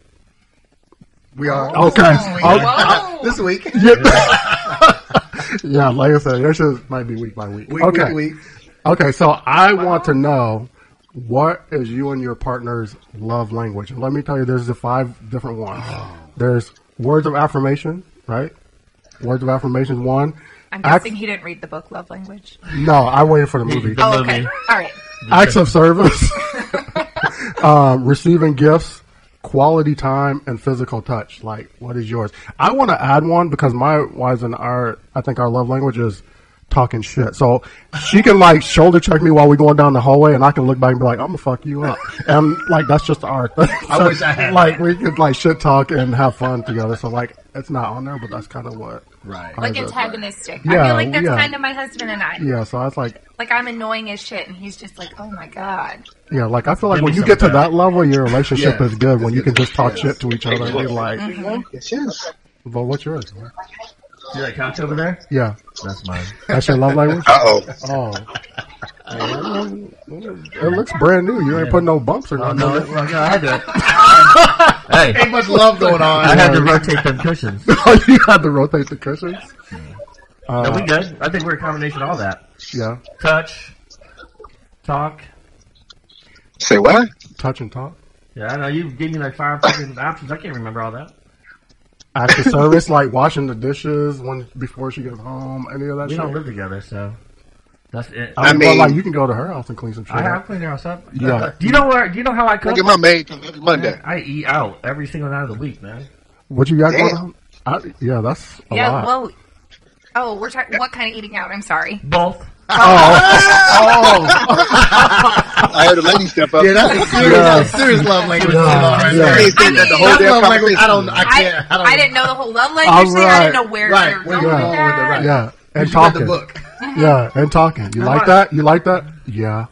Speaker 3: We
Speaker 6: Oh,
Speaker 3: are
Speaker 2: Okay.
Speaker 6: Uh,
Speaker 3: this week.
Speaker 2: yeah, like I said, your shit might be week by week.
Speaker 3: Week,
Speaker 2: okay.
Speaker 3: week, week.
Speaker 2: Okay, so I want to know what is you and your partner's love language? And let me tell you, there's the five different ones. There's words of affirmation, right? Words of affirmation is one.
Speaker 4: I'm
Speaker 2: Act-
Speaker 4: guessing he didn't read the book Love Language.
Speaker 2: no, I waited for the movie.
Speaker 5: The
Speaker 4: Oh,
Speaker 5: movie.
Speaker 4: okay. All right.
Speaker 2: Acts of service, um, receiving gifts, quality time, and physical touch. Like, what is yours? I want to add one because my wives and our, I think our love language is talking shit. So she can like shoulder check me while we going down the hallway, and I can look back and be like, "I'm gonna fuck you up," and like that's just our thing.
Speaker 3: I wish I had
Speaker 2: like we could like shit talk and have fun together. So like it's not on there, but that's kind of what
Speaker 3: Right.
Speaker 4: Like
Speaker 2: Isaac.
Speaker 4: antagonistic. I
Speaker 2: Yeah,
Speaker 4: feel like that's
Speaker 2: yeah.
Speaker 4: kind of my husband and I.
Speaker 2: Yeah, so I was like,
Speaker 4: Like I'm annoying as shit, and he's just like, "Oh my god."
Speaker 2: yeah, like I feel like
Speaker 5: Give
Speaker 2: when
Speaker 5: me
Speaker 2: you
Speaker 5: some
Speaker 2: get to
Speaker 5: of that.
Speaker 2: that level, your relationship
Speaker 3: Yeah.
Speaker 2: is good when you can just talk
Speaker 3: Yes.
Speaker 2: shit to each other and be like,
Speaker 6: Yes, yes.
Speaker 2: "Well, what's yours?" man?"
Speaker 5: See that couch over there?
Speaker 2: Yeah,
Speaker 5: That's mine.
Speaker 2: that's your love language.
Speaker 6: Uh oh.
Speaker 2: Oh, it looks brand new. You ain't putting no bumps or
Speaker 5: Oh
Speaker 2: nothing.
Speaker 5: no,
Speaker 2: on it.
Speaker 5: it's not. I had to. hey,
Speaker 3: Ain't much love going
Speaker 5: I
Speaker 3: on.
Speaker 5: had to rotate them cushions.
Speaker 2: Oh, you had to rotate the cushions.
Speaker 5: Are we
Speaker 2: Uh,
Speaker 5: good? I think we're a combination of all that.
Speaker 2: yeah,
Speaker 5: Touch, talk.
Speaker 6: Say what?
Speaker 2: touch and talk.
Speaker 5: Yeah, I know you gave me like five fucking options. I can't remember all that.
Speaker 2: Acts of service, like washing the dishes when before she gets home, any of that
Speaker 5: We
Speaker 2: shit.
Speaker 5: don't live together, so that's it.
Speaker 2: I
Speaker 6: I
Speaker 2: mean, but,
Speaker 6: mean-
Speaker 2: like you can go to her house and clean some shit.
Speaker 5: I have
Speaker 2: up.
Speaker 5: cleaned your house up. Uh,
Speaker 2: Yeah.
Speaker 5: Do you know where? Do you know how I cook?
Speaker 6: Look at my maid Monday.
Speaker 5: I eat out every single night of the week, man.
Speaker 2: What you got
Speaker 6: Damn.
Speaker 2: going on? I, yeah, that's a
Speaker 4: yeah.
Speaker 2: lot.
Speaker 4: Well. Oh, we're talking. What kind of eating out? I'm sorry.
Speaker 5: Both.
Speaker 6: I heard a lady step up.
Speaker 3: Yeah, Oh, that's a serious,
Speaker 2: Yeah.
Speaker 3: that's a serious love language. going on right
Speaker 2: Yeah.
Speaker 3: there.
Speaker 6: They said that the whole
Speaker 3: That's
Speaker 6: damn
Speaker 3: love language. I don't. I
Speaker 6: conversation.
Speaker 4: I,
Speaker 3: can't. I,
Speaker 4: I,
Speaker 3: don't.
Speaker 4: didn't know the whole love language thing. I didn't
Speaker 2: Alright.
Speaker 4: know where
Speaker 3: Right,
Speaker 4: you were
Speaker 3: where
Speaker 4: going
Speaker 3: you
Speaker 4: with
Speaker 3: were going with it,
Speaker 4: that.
Speaker 3: right.
Speaker 2: yeah, and
Speaker 3: You read the
Speaker 2: talking.
Speaker 3: book.
Speaker 2: Yeah, and talking. You like that? You like that? Yeah.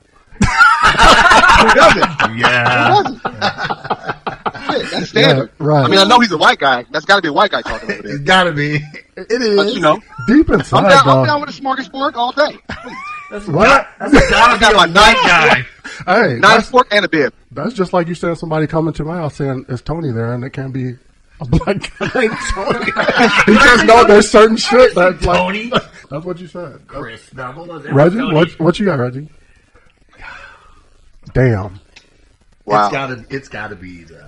Speaker 5: Yeah.
Speaker 6: Shit, That's
Speaker 2: Yeah,
Speaker 6: standard.
Speaker 2: right.
Speaker 6: I mean, I know he's a white guy. That's got to be a white guy talking over there.
Speaker 3: It's gotta be. It is.
Speaker 6: But you know,
Speaker 2: Deep
Speaker 6: I'm
Speaker 2: inside,
Speaker 6: down, I'm
Speaker 2: dog.
Speaker 6: down with a smorgasbord all day.
Speaker 2: what?
Speaker 5: Gotta be
Speaker 6: got
Speaker 5: a
Speaker 6: my
Speaker 5: white
Speaker 6: knife.
Speaker 5: guy.
Speaker 2: hey,
Speaker 6: Knife,
Speaker 2: that's,
Speaker 6: fork, and a bib.
Speaker 2: that's just like you said. Somebody coming to my house saying, "Is Tony there?" And it can be a black guy. named Tony. he just know there's certain shit that like.
Speaker 5: Tony.
Speaker 2: That's what you said. That's-
Speaker 5: Chris. No, what was it?
Speaker 2: Reggie,
Speaker 5: Tony.
Speaker 2: what what you got, Reggie? Damn,
Speaker 3: It's
Speaker 6: Wow.
Speaker 3: gotta. It's gotta be the,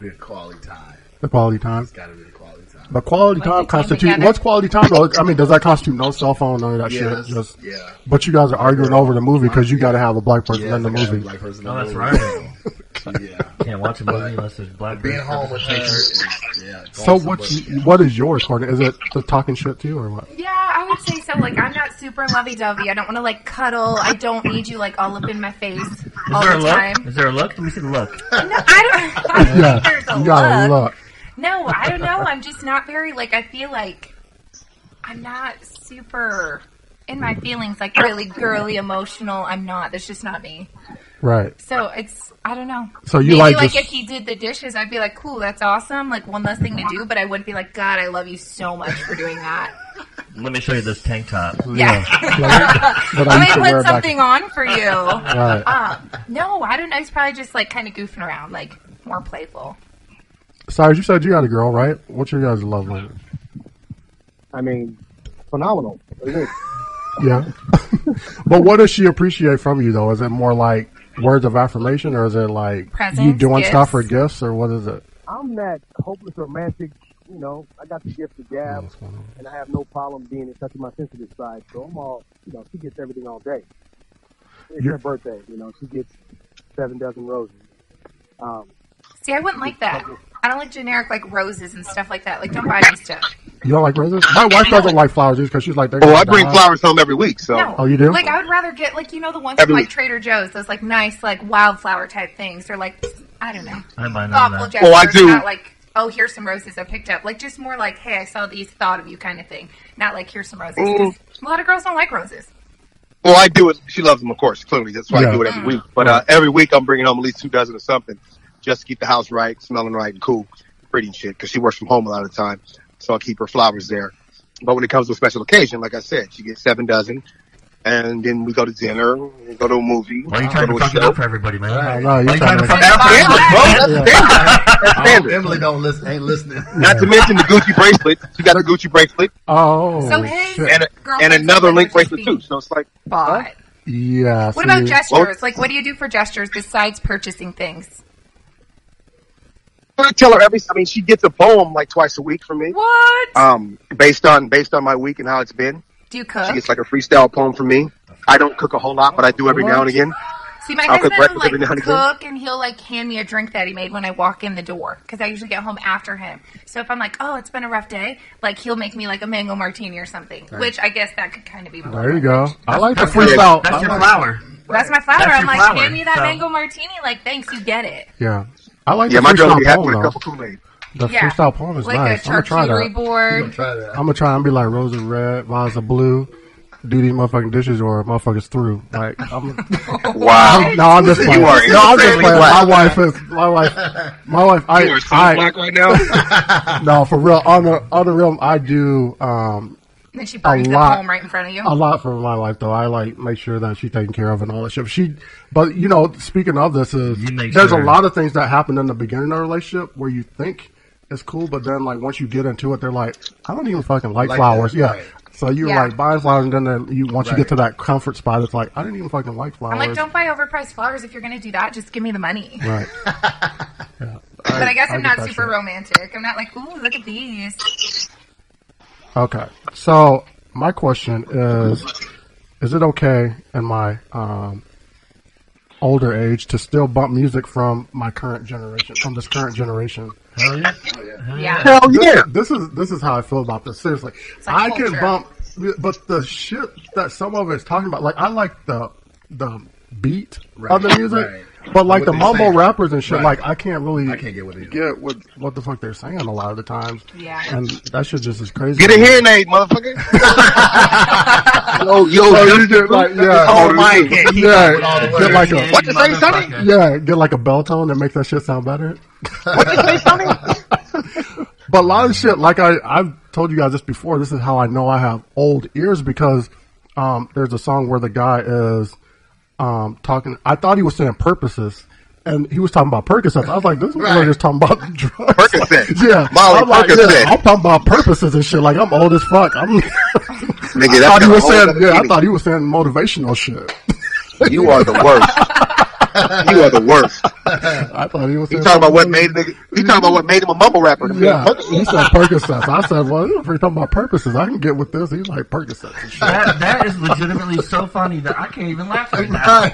Speaker 3: the quality time.
Speaker 2: the quality time.
Speaker 3: It's gotta be the quality time.
Speaker 2: But quality
Speaker 4: Quality
Speaker 2: time
Speaker 4: time
Speaker 2: constitute
Speaker 4: together.
Speaker 2: what's quality time though? I mean, does that constitute no cell phone, none of that
Speaker 3: Yeah.
Speaker 2: shit?
Speaker 3: that's-
Speaker 2: Just,
Speaker 3: yeah.
Speaker 2: but you guys are arguing over the movie because you got to have a black person
Speaker 3: Yeah.
Speaker 2: in the
Speaker 3: it's like a
Speaker 2: movie.
Speaker 3: Black person in
Speaker 5: Oh,
Speaker 3: the
Speaker 5: that's
Speaker 3: movie. Yeah.
Speaker 5: Can't watch a movie unless there's black.
Speaker 3: Being
Speaker 5: girls.
Speaker 3: home with her is yeah. going
Speaker 2: So
Speaker 3: somewhere.
Speaker 2: what you, what is yours, Courtney? Is it the talking shit to you or what?
Speaker 4: Yeah, I would say so. Like, I'm not super lovey-dovey. I don't want to like cuddle. I don't need you like all up in my face
Speaker 5: Is
Speaker 4: all
Speaker 5: there a
Speaker 4: the
Speaker 5: look?
Speaker 4: time.
Speaker 5: Is there a look? Let me see the look.
Speaker 4: No, I don't. I don't think there's a
Speaker 2: you gotta
Speaker 4: look.
Speaker 2: look.
Speaker 4: No, I don't know. I'm just not very like. I feel like I'm not super in my feelings, like really girly, emotional. I'm not. That's just not me.
Speaker 2: right?
Speaker 4: So it's I don't know.
Speaker 2: So you
Speaker 4: Maybe
Speaker 2: like
Speaker 4: like,
Speaker 2: just-
Speaker 4: if he did the dishes, I'd be like, cool, that's awesome. Like one less thing to do, but I wouldn't be like, God, I love you so much for doing that.
Speaker 5: Let me show you this tank top.
Speaker 4: Yeah.
Speaker 2: But
Speaker 4: I
Speaker 2: used to
Speaker 4: might
Speaker 2: wear
Speaker 4: put
Speaker 2: it back-
Speaker 4: something on for you.
Speaker 2: Right.
Speaker 4: Um, no, I don't know. He's probably just like kind of goofing around, like more playful.
Speaker 2: Cyrus, you said you got a girl, right? What's your guys' love language?
Speaker 6: I mean, phenomenal.
Speaker 2: Yeah. but what does she appreciate from you though? Is it more like words of affirmation or is it like you
Speaker 4: Presents,
Speaker 2: doing stuff
Speaker 4: gifts.
Speaker 2: or gifts or what is it?
Speaker 7: I'm that hopeless romantic, you know, I got the gift of gab and I have no problem being in touch with my sensitive side. So I'm all, you know, she gets everything all day. It's
Speaker 2: You're-
Speaker 7: her birthday, you know, she gets seven dozen roses. Um,
Speaker 4: See, I wouldn't like that. I don't like generic like roses and stuff like that. Like don't buy me stuff.
Speaker 2: You don't like roses? My wife doesn't like flowers just because she's like, they're
Speaker 6: Oh,
Speaker 2: gonna
Speaker 6: I bring
Speaker 2: die.
Speaker 6: flowers home every week, so.
Speaker 4: No.
Speaker 2: Oh, you do?
Speaker 4: Like I would rather get like you know the ones from
Speaker 6: Every-
Speaker 4: like Trader Joe's, those like nice like wildflower type things. They're like I don't know.
Speaker 5: I might know
Speaker 4: thoughtful
Speaker 5: that.
Speaker 4: gestures.
Speaker 6: Oh, I do.
Speaker 4: Not like, oh, here's some roses I picked up. Like, just more like, hey, I saw these, thought of you kind of thing. Not like, here's some roses. 'Cause A lot of girls don't like roses.
Speaker 6: Well, I do it. She loves them, of course, clearly. That's why
Speaker 2: Yeah.
Speaker 6: I do it every week. But uh, every week I'm bringing home at least two dozen or something just to keep the house right, smelling right, and cool, pretty and shit, because she works from home a lot of the time. So I'll keep her flowers there. But when it comes to a special occasion, like I said, she gets seven dozen. And then we go to dinner, we go to a movie.
Speaker 5: Why are you
Speaker 6: go
Speaker 5: trying to
Speaker 6: a
Speaker 5: fuck it
Speaker 6: show.
Speaker 5: up for everybody, man?
Speaker 2: I
Speaker 5: Why
Speaker 2: don't know,
Speaker 5: are
Speaker 2: you're
Speaker 5: you trying to fuck it
Speaker 4: That's
Speaker 5: up for
Speaker 4: standard,
Speaker 5: everybody?
Speaker 4: bro.
Speaker 6: That's standard. That's
Speaker 3: Oh,
Speaker 6: standard.
Speaker 3: Emily don't listen. Ain't listening.
Speaker 6: Not to mention the Gucci bracelet. She got the Gucci bracelet
Speaker 2: Oh.
Speaker 4: So his
Speaker 2: shit.
Speaker 6: and, a,
Speaker 4: girlfriend's
Speaker 6: and another
Speaker 4: link
Speaker 6: link
Speaker 4: was just
Speaker 6: bracelet
Speaker 4: being
Speaker 6: too. So it's like,
Speaker 4: bought.
Speaker 2: Yeah.
Speaker 4: What about
Speaker 2: see.
Speaker 4: gestures? Like, what do you do for gestures besides purchasing things?
Speaker 6: I tell her every, I mean, she gets a poem like twice a week from me.
Speaker 4: What?
Speaker 6: um, based on based on my week and how it's been.
Speaker 4: do you
Speaker 6: She
Speaker 4: cook?
Speaker 6: gets like a freestyle poem from me. I don't cook a whole lot, but I do every now and again.
Speaker 4: See, my
Speaker 6: I'll
Speaker 4: husband
Speaker 6: cook
Speaker 4: will
Speaker 6: breakfast
Speaker 4: like
Speaker 6: every now and again.
Speaker 4: cook, and he'll like hand me a drink that he made when I walk in the door because I usually get home after him. So if I'm like, oh, it's been a rough day, like he'll make me like a mango martini or something, which I guess that could kind of be.
Speaker 2: There you go. I like the
Speaker 5: That's your-
Speaker 2: freestyle.
Speaker 5: That's
Speaker 2: I
Speaker 5: your
Speaker 2: like-
Speaker 5: flower.
Speaker 4: That's my flower.
Speaker 5: That's your
Speaker 4: I'm like,
Speaker 5: flower,
Speaker 4: hand me that
Speaker 5: so-
Speaker 4: mango martini. Like, thanks, you get it.
Speaker 2: Yeah. I like
Speaker 6: Yeah,
Speaker 2: the
Speaker 6: my girl will
Speaker 2: freestyle
Speaker 6: be happy with
Speaker 2: poem
Speaker 6: a
Speaker 2: though.
Speaker 6: cup of Kool Aid.
Speaker 2: The
Speaker 4: Yeah.
Speaker 2: freestyle poem is
Speaker 4: like
Speaker 2: nice.
Speaker 4: a
Speaker 2: I'm gonna try
Speaker 4: charcuterie
Speaker 2: that.
Speaker 3: You gonna
Speaker 4: board.
Speaker 3: try that?
Speaker 2: I'm gonna try and be like Rosa Red, Vaza Blue, do these motherfucking dishes or motherfuckers through. Like I'm,
Speaker 8: Wow.
Speaker 2: no, I'm just playing.
Speaker 8: You are
Speaker 2: no, I'm just
Speaker 8: insanely
Speaker 2: playing. My
Speaker 8: black.
Speaker 2: wife is my wife. My wife. I,
Speaker 8: You are so
Speaker 2: I
Speaker 8: black right now.
Speaker 2: no for real. On the on the real, I do um
Speaker 4: And then she burns the
Speaker 2: lot.
Speaker 4: poem right in front of you.
Speaker 2: a lot for my life though. I like make sure that she's taken care of and all that shit. She, but you know, speaking of this, is
Speaker 5: You make
Speaker 2: there's a
Speaker 5: sure.
Speaker 2: lot of things that happen in the beginning of a relationship where you think it's cool, but then like once you get into it, they're like, I don't even fucking like,
Speaker 3: Like
Speaker 2: flowers.
Speaker 3: that,
Speaker 2: yeah.
Speaker 3: right.
Speaker 2: So you're
Speaker 4: Yeah.
Speaker 2: like buying flowers, and then then you once you
Speaker 3: Right.
Speaker 2: get to that comfort spot, it's like I didn't even fucking like flowers.
Speaker 4: I'm like, don't buy overpriced flowers if you're going to do that. Just give me the money.
Speaker 2: right.
Speaker 4: But I guess
Speaker 2: I
Speaker 4: I'm
Speaker 2: get
Speaker 4: not
Speaker 2: that
Speaker 4: super
Speaker 2: shit.
Speaker 4: romantic. I'm not like, ooh, look at these.
Speaker 2: Okay. So my question is, is it okay in my um, older age to still bump music from my current generation, from this current generation?
Speaker 5: Hell yeah.
Speaker 4: Yeah.
Speaker 7: Hell yeah.
Speaker 2: This is this is how I feel about this. Seriously,
Speaker 4: like
Speaker 2: I can
Speaker 4: culture.
Speaker 2: bump, but the shit that some of it's talking about, like I like the the beat of the
Speaker 3: Right,
Speaker 2: music,
Speaker 3: right.
Speaker 2: but like
Speaker 3: What
Speaker 2: the
Speaker 3: they
Speaker 2: mumble
Speaker 3: saying.
Speaker 2: rappers and shit,
Speaker 3: Right.
Speaker 2: like I can't really
Speaker 3: I can't get with it.
Speaker 2: get what what the fuck they're saying a lot of the times.
Speaker 4: Yeah.
Speaker 2: and that shit just is crazy.
Speaker 6: Get a hearing aid, motherfucker.
Speaker 8: yo, yo,
Speaker 2: Oh, like, yeah.
Speaker 8: Oh, my
Speaker 5: Can't keep
Speaker 2: Yeah,
Speaker 5: up with all the
Speaker 2: get
Speaker 5: words.
Speaker 2: like a-
Speaker 5: Yeah,
Speaker 6: What you say, Sonny?
Speaker 5: motherfucker.
Speaker 2: Yeah, get like a bell tone that makes that shit sound better.
Speaker 6: Say something.
Speaker 2: But a lot of shit, like I, I've told you guys this before, this is how I know I have old ears because um, there's a song where the guy is um, talking. I thought he was saying purposes. And he was talking about Percocets. I was like, this is
Speaker 3: Right.
Speaker 2: just talking about drugs.
Speaker 6: Percocet.
Speaker 2: yeah.
Speaker 6: Molly
Speaker 2: I'm like, yeah,
Speaker 6: Percocet.
Speaker 2: I'm talking about purposes and shit. Like, I'm old as fuck. I'm,
Speaker 8: Nigga,
Speaker 2: I thought
Speaker 8: that's
Speaker 2: he
Speaker 8: a
Speaker 2: was
Speaker 8: whole
Speaker 2: saying,
Speaker 8: other
Speaker 2: yeah, I
Speaker 8: meaning.
Speaker 2: thought he was saying motivational shit.
Speaker 8: You are the worst. you are the worst.
Speaker 2: I thought he was
Speaker 6: You
Speaker 2: saying
Speaker 6: talking about what
Speaker 2: motivational
Speaker 6: made nigga? You talking about what made him a mumble rapper?
Speaker 2: Yeah, he said Percocets. I said, well, if you're talking about purposes, I can get with this. He's like Percocets and shit.
Speaker 5: That, that is legitimately so funny that I can't even laugh right now.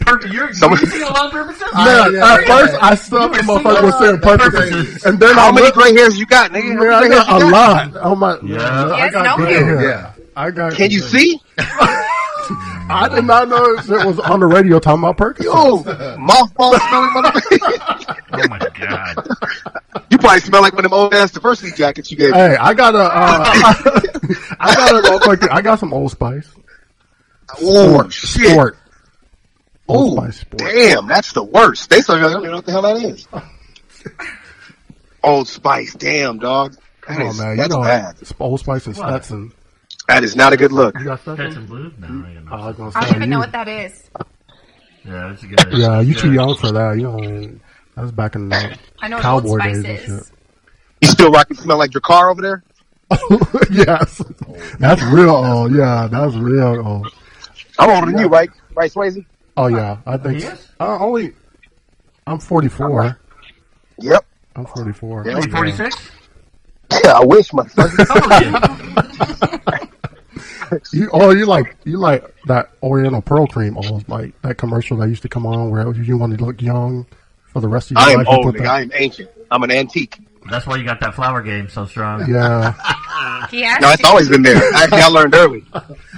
Speaker 5: Per- you're,
Speaker 6: Someone-
Speaker 5: you sing along purposes?
Speaker 2: Yeah,
Speaker 3: yeah,
Speaker 2: at
Speaker 3: yeah.
Speaker 2: first I thought the
Speaker 5: You were
Speaker 2: motherfucker was saying
Speaker 5: singing
Speaker 2: purposes,
Speaker 5: purposes.
Speaker 2: and then I
Speaker 6: How many
Speaker 2: looked.
Speaker 6: gray hairs you got, nigga?
Speaker 2: Man, I got a lot. Oh my!
Speaker 5: Yeah.
Speaker 2: I
Speaker 4: Yes,
Speaker 2: got
Speaker 4: no
Speaker 2: good
Speaker 4: hair.
Speaker 2: hair.
Speaker 3: Yeah.
Speaker 2: I got.
Speaker 6: Can you
Speaker 2: good
Speaker 6: see?
Speaker 2: hair. I did not know this shit was on the radio talking about Percocets.
Speaker 6: Yo, mothball smelling motherfucker.
Speaker 5: Oh my god.
Speaker 6: you probably smell like one of them old ass diversity jackets you gave. me.
Speaker 2: Hey, I got a. Uh, I got a motherfucking. I got some Old Spice.
Speaker 6: Oh shit!
Speaker 2: Sport. Old
Speaker 6: Oh
Speaker 2: Spice Sport.
Speaker 6: damn, that's the worst. They so young, I don't even know what the hell that is. Old Spice, damn dog. That
Speaker 2: Come on,
Speaker 6: is-
Speaker 2: man. You
Speaker 6: that's
Speaker 2: know
Speaker 6: bad.
Speaker 2: it's Old Spice and Stetson.
Speaker 6: That is not a good look.
Speaker 2: You got
Speaker 5: Pets
Speaker 2: Stetson?
Speaker 5: and Blues? No, I don't
Speaker 2: Oh, I
Speaker 5: know.
Speaker 2: was gonna
Speaker 4: I
Speaker 2: say,
Speaker 4: don't even
Speaker 2: you-
Speaker 4: know what that is.
Speaker 5: Yeah, that's a good
Speaker 2: Yeah, you too
Speaker 5: good-
Speaker 2: young for that. You know, that was back in the
Speaker 4: I know what Old
Speaker 2: cowboy
Speaker 4: Spice
Speaker 2: days and
Speaker 4: is.
Speaker 2: shit.
Speaker 6: You still rocking? Smell like Dracar over there?
Speaker 2: Oh, yes, that's real old. Yeah, that's real old.
Speaker 6: I'm older than you, right? Right, Swayze?
Speaker 2: Oh yeah, I think
Speaker 5: Yes?
Speaker 2: uh, only I'm 44.
Speaker 6: Yep.
Speaker 2: I'm 44.
Speaker 6: Yeah.
Speaker 5: Only 46?
Speaker 6: Yeah, I wish, motherfucker.
Speaker 2: You, oh, you like you like that Oriental Pearl Cream? Oh, like that commercial that used to come on where you want to look young for the rest of your
Speaker 6: I am
Speaker 2: life. you
Speaker 6: old.
Speaker 2: put
Speaker 6: nigga.
Speaker 2: that-
Speaker 6: I am ancient. I'm an antique.
Speaker 5: That's why you got that flower game so strong.
Speaker 2: yeah,
Speaker 4: He has
Speaker 6: No, it's
Speaker 4: to.
Speaker 6: always been there. Actually, I learned early.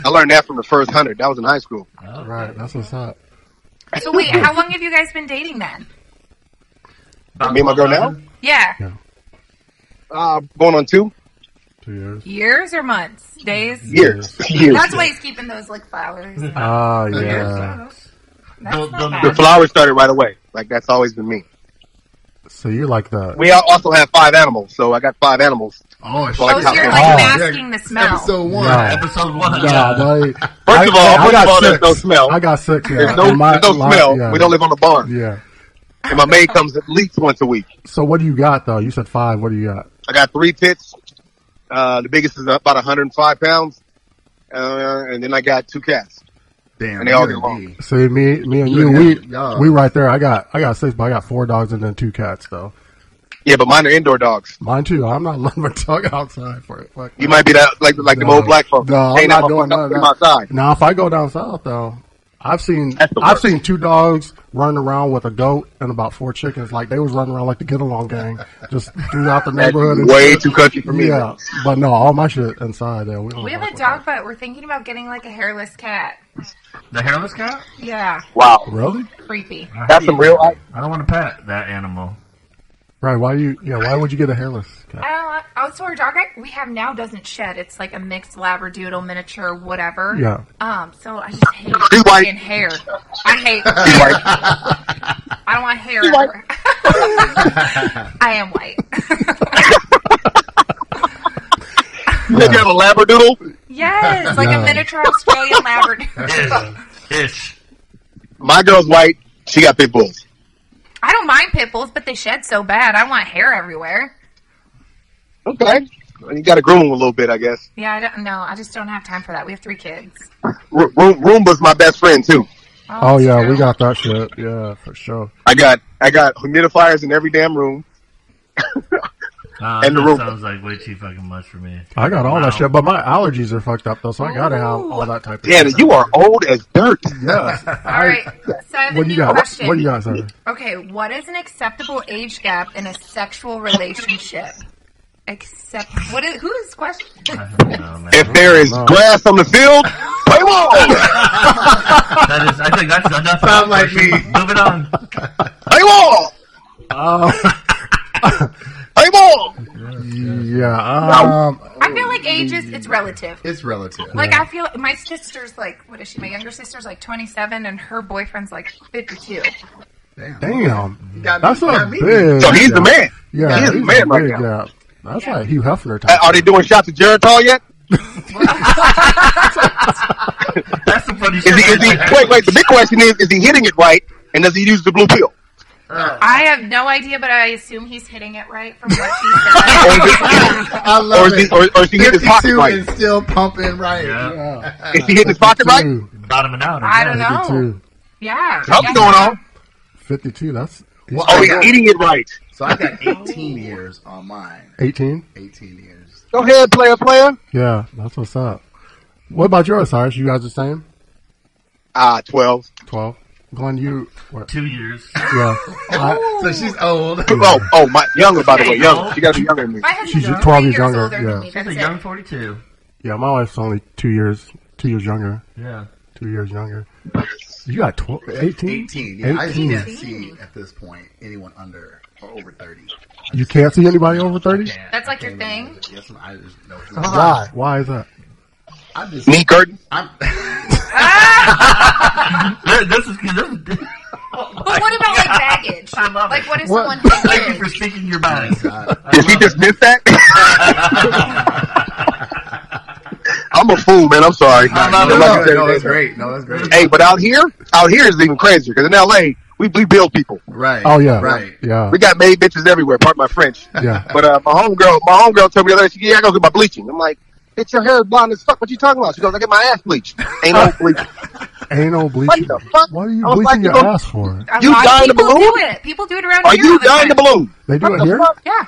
Speaker 6: I learned that from the first hundred. That was in high school.
Speaker 2: right. That's what's up.
Speaker 4: So wait, how long have you guys been dating then?
Speaker 5: About
Speaker 6: Me and my girl now?
Speaker 4: Yeah.
Speaker 6: Uh, going on two
Speaker 2: Two years.
Speaker 4: Years or months? Days?
Speaker 6: years. Years.
Speaker 4: That's why he's keeping those like flowers.
Speaker 2: Ah, yeah.
Speaker 4: That's
Speaker 5: The- the-
Speaker 4: not
Speaker 6: The
Speaker 4: bad.
Speaker 6: flowers started right away. Like that's always been me.
Speaker 2: So you like that?
Speaker 6: We al- also have five animals, so I got five animals.
Speaker 3: Oh, shit.
Speaker 6: Well,
Speaker 4: Oh, so you're
Speaker 2: Oh,
Speaker 4: like masking the smell.
Speaker 3: Episode one.
Speaker 2: No.
Speaker 5: Episode 1.
Speaker 2: Nah, like, first
Speaker 6: First of all, first of all, there's no smell.
Speaker 2: I got six. Yeah.
Speaker 6: There's no,
Speaker 2: And my-
Speaker 6: there's no
Speaker 2: my-
Speaker 6: smell.
Speaker 2: yeah.
Speaker 6: We don't live on the barn.
Speaker 2: Yeah.
Speaker 6: And my maid comes at least once a week.
Speaker 2: So what do you got though? You said five. What do you got?
Speaker 6: I got three pits. Uh, the biggest is about 105 pounds. Uh, and then I got two cats.
Speaker 3: Damn.
Speaker 6: And they all
Speaker 3: you
Speaker 6: get along.
Speaker 3: indeed.
Speaker 2: See me, me and you,
Speaker 3: Yeah,
Speaker 2: we
Speaker 3: yeah.
Speaker 2: we right there. I got I got six, but I got four dogs and then two cats though.
Speaker 6: Yeah, but mine are indoor dogs.
Speaker 2: Mine too. I'm not letting my dog outside for it. Fuck.
Speaker 6: You might be that, like, like them
Speaker 2: No.
Speaker 6: old black folks.
Speaker 2: No, I'm
Speaker 6: Ain't
Speaker 2: not
Speaker 6: that
Speaker 2: doing
Speaker 6: motherfucker, I'm
Speaker 2: none of
Speaker 6: putting 'em outside.
Speaker 2: Now if I go down south though, I've seen
Speaker 6: That's the
Speaker 2: I've
Speaker 6: worst.
Speaker 2: seen two dogs running around with a goat and about four chickens. Like they was running around like the get along gang, just throughout the
Speaker 6: That's
Speaker 2: neighborhood. and
Speaker 6: way
Speaker 2: shit.
Speaker 6: too country for me.
Speaker 2: Yeah, but no, all my shit inside there. We, don't
Speaker 4: We have
Speaker 2: fuck
Speaker 4: a
Speaker 2: with
Speaker 4: dog, but we're thinking about getting like a hairless cat.
Speaker 5: The hairless cat?
Speaker 4: Yeah,
Speaker 6: Wow.
Speaker 2: that. Really?
Speaker 4: creepy.
Speaker 5: I
Speaker 6: That's
Speaker 5: hate
Speaker 6: some
Speaker 5: you.
Speaker 6: real, I,
Speaker 5: I don't want to pet that animal.
Speaker 2: Right? Why you? Yeah. Why would you get a hairless? cat?
Speaker 4: Uh, outdoor dog I, we have now doesn't shed. It's like a mixed labradoodle, miniature, whatever.
Speaker 2: Yeah.
Speaker 4: Um. So I just hate
Speaker 6: Be white.
Speaker 4: fucking hair. I hate. I don't want hair. everywhere. I am white.
Speaker 6: You said you have a labradoodle.
Speaker 4: yes, like
Speaker 2: No.
Speaker 4: a miniature Australian labradoodle.
Speaker 5: Ish.
Speaker 6: My girl's white. She got pit bulls.
Speaker 4: I don't mind pit bulls, but they shed so bad. I want hair everywhere.
Speaker 6: Okay. You got to groom them a little bit, I guess.
Speaker 4: Yeah, I don't know. I just don't have time for that. We have three kids.
Speaker 6: R- Room- Roomba's my best friend too.
Speaker 2: Oh
Speaker 4: that's
Speaker 2: yeah,
Speaker 4: true.
Speaker 2: we got that shit. Yeah, for sure.
Speaker 6: I got I got humidifiers in every damn room.
Speaker 5: Uh,
Speaker 6: And the
Speaker 5: that
Speaker 6: room.
Speaker 5: sounds like way too fucking much for me.
Speaker 2: I got all
Speaker 5: Wow.
Speaker 2: that shit, but my allergies are fucked up though, so I gotta have all that type of.
Speaker 6: Yeah,
Speaker 2: shit.
Speaker 6: you are old as dirt.
Speaker 2: Yes.
Speaker 4: All right, so I have a
Speaker 2: What you
Speaker 4: new
Speaker 2: got?
Speaker 4: question.
Speaker 2: What you got, sir?
Speaker 4: Okay, what is an acceptable age gap in a sexual relationship? Except what is whose question?
Speaker 5: I don't know, man.
Speaker 6: If there is grass on the field, play ball,
Speaker 5: That is, I think that's enough.
Speaker 3: Sounds like me.
Speaker 5: Moving on.
Speaker 6: play ball, play ball.
Speaker 2: yeah. Um,
Speaker 4: I feel like ages it's relative.
Speaker 3: It's relative.
Speaker 4: Like I feel my sister's like what is she? My younger sister's like twenty seven and her boyfriend's like fifty two.
Speaker 3: Damn.
Speaker 2: damn,
Speaker 3: You got me-
Speaker 2: that's
Speaker 3: you
Speaker 2: a
Speaker 3: got me.
Speaker 2: big.
Speaker 6: So he's the
Speaker 2: gap.
Speaker 6: man.
Speaker 2: Yeah,
Speaker 6: He's the
Speaker 2: he's
Speaker 6: man
Speaker 2: a
Speaker 6: right
Speaker 2: big
Speaker 6: now.
Speaker 2: gap. That's like Hugh Hefner
Speaker 6: Uh,
Speaker 2: type.
Speaker 6: Are they doing shots of Geritol yet?
Speaker 5: That's the funny
Speaker 6: Is
Speaker 5: shit.
Speaker 6: he, is he, wait, wait. The big question is: Is he hitting it right, and does he use the blue pill?
Speaker 4: I have no idea, but I assume he's hitting it right from what she said.
Speaker 2: Oh,
Speaker 6: Or is he,
Speaker 3: I
Speaker 6: or
Speaker 3: love
Speaker 6: is he,
Speaker 3: it.
Speaker 6: or, or is he hitting his pocket
Speaker 3: 52
Speaker 6: right?
Speaker 3: and still pumping right.
Speaker 5: Yeah.
Speaker 6: Is he hitting his pocket right?
Speaker 2: 52,
Speaker 5: Bottoming out. I,
Speaker 4: I
Speaker 5: guess.
Speaker 4: don't know.
Speaker 2: 52,
Speaker 4: Yeah.
Speaker 6: Something's going on.
Speaker 2: 52, That's
Speaker 3: Well,
Speaker 6: Oh,
Speaker 3: I
Speaker 6: he's
Speaker 3: got-
Speaker 6: eating it right.
Speaker 3: So I got 18 years on mine.
Speaker 2: eighteen.
Speaker 3: 18 years.
Speaker 6: Go ahead, player, player.
Speaker 2: Yeah, that's what's up. What about yours, Cyrus? You guys the same?
Speaker 6: Ah, twelve.
Speaker 2: Twelve. Glenn, you what?
Speaker 5: Two years.
Speaker 2: Yeah, I,
Speaker 3: So she's old.
Speaker 6: Oh, oh, my younger by the way, younger. She got to be younger than me.
Speaker 4: My husband's
Speaker 2: She's
Speaker 4: three
Speaker 2: 12
Speaker 4: years
Speaker 2: years younger,
Speaker 4: older
Speaker 2: yeah.
Speaker 4: than me.
Speaker 5: She's
Speaker 4: That's
Speaker 5: a
Speaker 4: it.
Speaker 5: young 42.
Speaker 2: yeah. My wife's only two years, two years younger,
Speaker 5: Yeah.
Speaker 2: two years younger. You got 12, 18?
Speaker 3: 18. Yeah, I
Speaker 2: Eighteen.
Speaker 3: can't see at this point anyone under or over 30.
Speaker 2: You can't see anybody over thirty.
Speaker 3: Yeah,
Speaker 4: That's like
Speaker 3: I
Speaker 4: your
Speaker 3: can't even look at it.
Speaker 4: thing?
Speaker 3: Yes, I just no.
Speaker 6: Uh-huh.
Speaker 2: Why? Why is that?
Speaker 3: I'm just.
Speaker 6: Me, Curtin.
Speaker 3: I'm,
Speaker 5: Th- This is good. This is,
Speaker 4: But what about like baggage?
Speaker 5: I love
Speaker 4: Like
Speaker 5: it.
Speaker 4: what if
Speaker 2: What-
Speaker 4: someone hit
Speaker 5: Thank you
Speaker 4: you?
Speaker 5: for speaking your mind.
Speaker 6: Did he just miss that? I'm a fool, man. I'm sorry.
Speaker 5: no,
Speaker 3: no,
Speaker 5: no,
Speaker 6: Like I said,
Speaker 3: no, that's great. No, that's great.
Speaker 6: Hey, but out here, out here is even crazier because in LA, we, we build people.
Speaker 3: Right.
Speaker 2: Oh yeah,
Speaker 3: Right.
Speaker 2: Yeah,
Speaker 6: We got made bitches everywhere. Pardon my French.
Speaker 2: yeah.
Speaker 6: But uh, my homegirl, my homegirl told me the other day, she, yeah, I go get my bleaching. I'm like, bitch, your hair is blonde as fuck. What you talking about? She goes, I get my ass bleached. Ain't no bleaching.
Speaker 2: Anal bleaching.
Speaker 6: What the fuck?
Speaker 2: What are you
Speaker 6: I was
Speaker 2: bleaching
Speaker 6: like, you
Speaker 2: your
Speaker 6: know-
Speaker 2: ass for?
Speaker 4: A
Speaker 6: You
Speaker 4: lot of
Speaker 6: dying to
Speaker 4: people
Speaker 6: balloon?
Speaker 4: do it. People do it around
Speaker 6: Are
Speaker 4: here.
Speaker 6: you
Speaker 4: all the
Speaker 6: dying to
Speaker 4: time.
Speaker 6: balloon?
Speaker 2: They do
Speaker 6: What
Speaker 2: it
Speaker 6: the
Speaker 2: here.
Speaker 6: fuck?
Speaker 4: Yeah.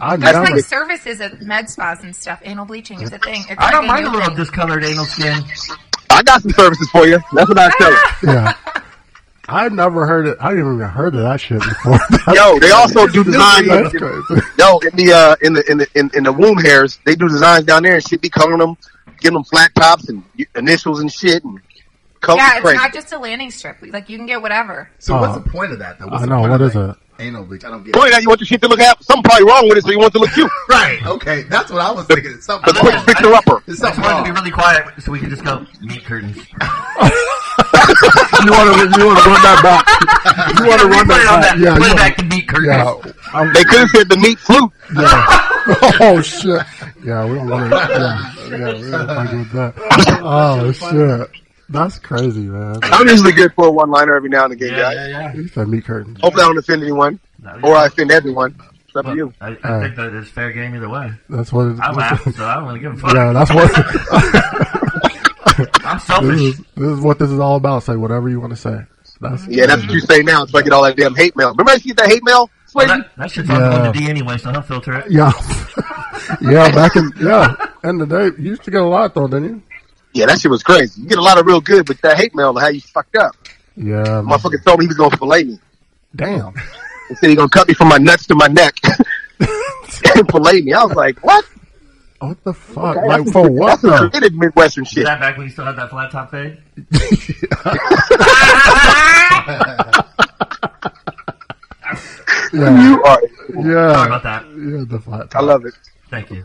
Speaker 2: I
Speaker 4: There's
Speaker 2: never.
Speaker 4: like services at med spas and stuff. Anal bleaching is a thing. It's
Speaker 5: I don't
Speaker 4: like
Speaker 5: mind a
Speaker 4: new
Speaker 5: little
Speaker 4: thing.
Speaker 5: discolored anal skin.
Speaker 6: I got some services for you. That's what I tell you.
Speaker 2: yeah. I never heard it. I didn't even heard of that shit before.
Speaker 6: Yo, they also do design.
Speaker 2: That's crazy.
Speaker 6: Yo, in the uh, in the in the in, in the womb hairs, they do designs down there and shit. Be coloring them, giving them flat tops and y- initials and shit, and color
Speaker 4: Yeah, it's
Speaker 6: crazy.
Speaker 4: not just a landing strip. Like you can get whatever.
Speaker 3: So what's
Speaker 2: Uh,
Speaker 3: the point of that? Though? What's
Speaker 2: I
Speaker 3: the
Speaker 2: know.
Speaker 3: point
Speaker 2: What
Speaker 3: of
Speaker 2: is
Speaker 3: that?
Speaker 2: it?
Speaker 3: Anal bleach. I don't get.
Speaker 6: Point
Speaker 3: It.
Speaker 6: out you want your shit to look half. Something probably wrong with it, so you want it to look cute.
Speaker 3: Right. Okay. That's what I was thinking. It's
Speaker 6: The
Speaker 3: something.
Speaker 6: quick
Speaker 3: wrong.
Speaker 6: fixer upper.
Speaker 3: It's
Speaker 5: I just
Speaker 3: something
Speaker 5: wanted to be
Speaker 3: wrong.
Speaker 5: really quiet so we could just go meat curtains.
Speaker 6: You want to you want to run that back.
Speaker 2: You want to
Speaker 5: Play
Speaker 2: run
Speaker 5: it on
Speaker 2: that?
Speaker 5: that.
Speaker 2: Yeah.
Speaker 5: play
Speaker 2: you
Speaker 5: back the meat curtains.
Speaker 2: wanna- Yeah. I'm-
Speaker 6: They could have said the meat flute.
Speaker 2: oh shit. Yeah, we don't want to. Yeah, yeah, we don't fucking with that. Oh shit. That's crazy, man.
Speaker 6: I'm usually good for a one liner every now and again,
Speaker 5: Yeah,
Speaker 6: guys.
Speaker 5: yeah, yeah.
Speaker 2: You said meat curtains.
Speaker 6: Hopefully, I don't offend anyone,
Speaker 5: No,
Speaker 6: or
Speaker 5: yeah.
Speaker 6: I offend everyone. It's up to
Speaker 5: Well,
Speaker 6: you.
Speaker 5: I, I
Speaker 2: Alright.
Speaker 5: think that it's fair game either way.
Speaker 2: That's what. It,
Speaker 5: I laugh, so I don't really give a fuck.
Speaker 2: yeah, that's what.
Speaker 5: I'm
Speaker 2: this
Speaker 5: selfish.
Speaker 2: is this is what this is all about. Say whatever you want to say. That's
Speaker 6: Yeah, that's what you say now. So I get all that damn hate mail. Remember I used to get that hate mail?
Speaker 5: Well,
Speaker 6: Swayze?
Speaker 5: that, that shit's on
Speaker 2: Yeah.
Speaker 5: the D anyway, so I'll filter it.
Speaker 2: yeah, yeah. Back in yeah, end of the day, you used to get a lot though, didn't
Speaker 6: Yeah, that shit was crazy. You get a lot of real good, but that hate mail, how you fucked up.
Speaker 2: you? Yeah, man.
Speaker 6: Motherfucker told me he was gonna fillet me.
Speaker 2: damn.
Speaker 6: He said he gonna cut me from my nuts to my neck. and fillet me. I was like, what?
Speaker 2: What the fuck? Like for what
Speaker 6: That's some
Speaker 2: though?
Speaker 6: creative Midwestern
Speaker 5: Is
Speaker 6: shit.
Speaker 5: that back when you still had that flat top fade?
Speaker 8: You are.
Speaker 6: Uh,
Speaker 2: Yeah.
Speaker 5: Sorry about that.
Speaker 2: Yeah, the flat
Speaker 6: I love it.
Speaker 5: Thank you.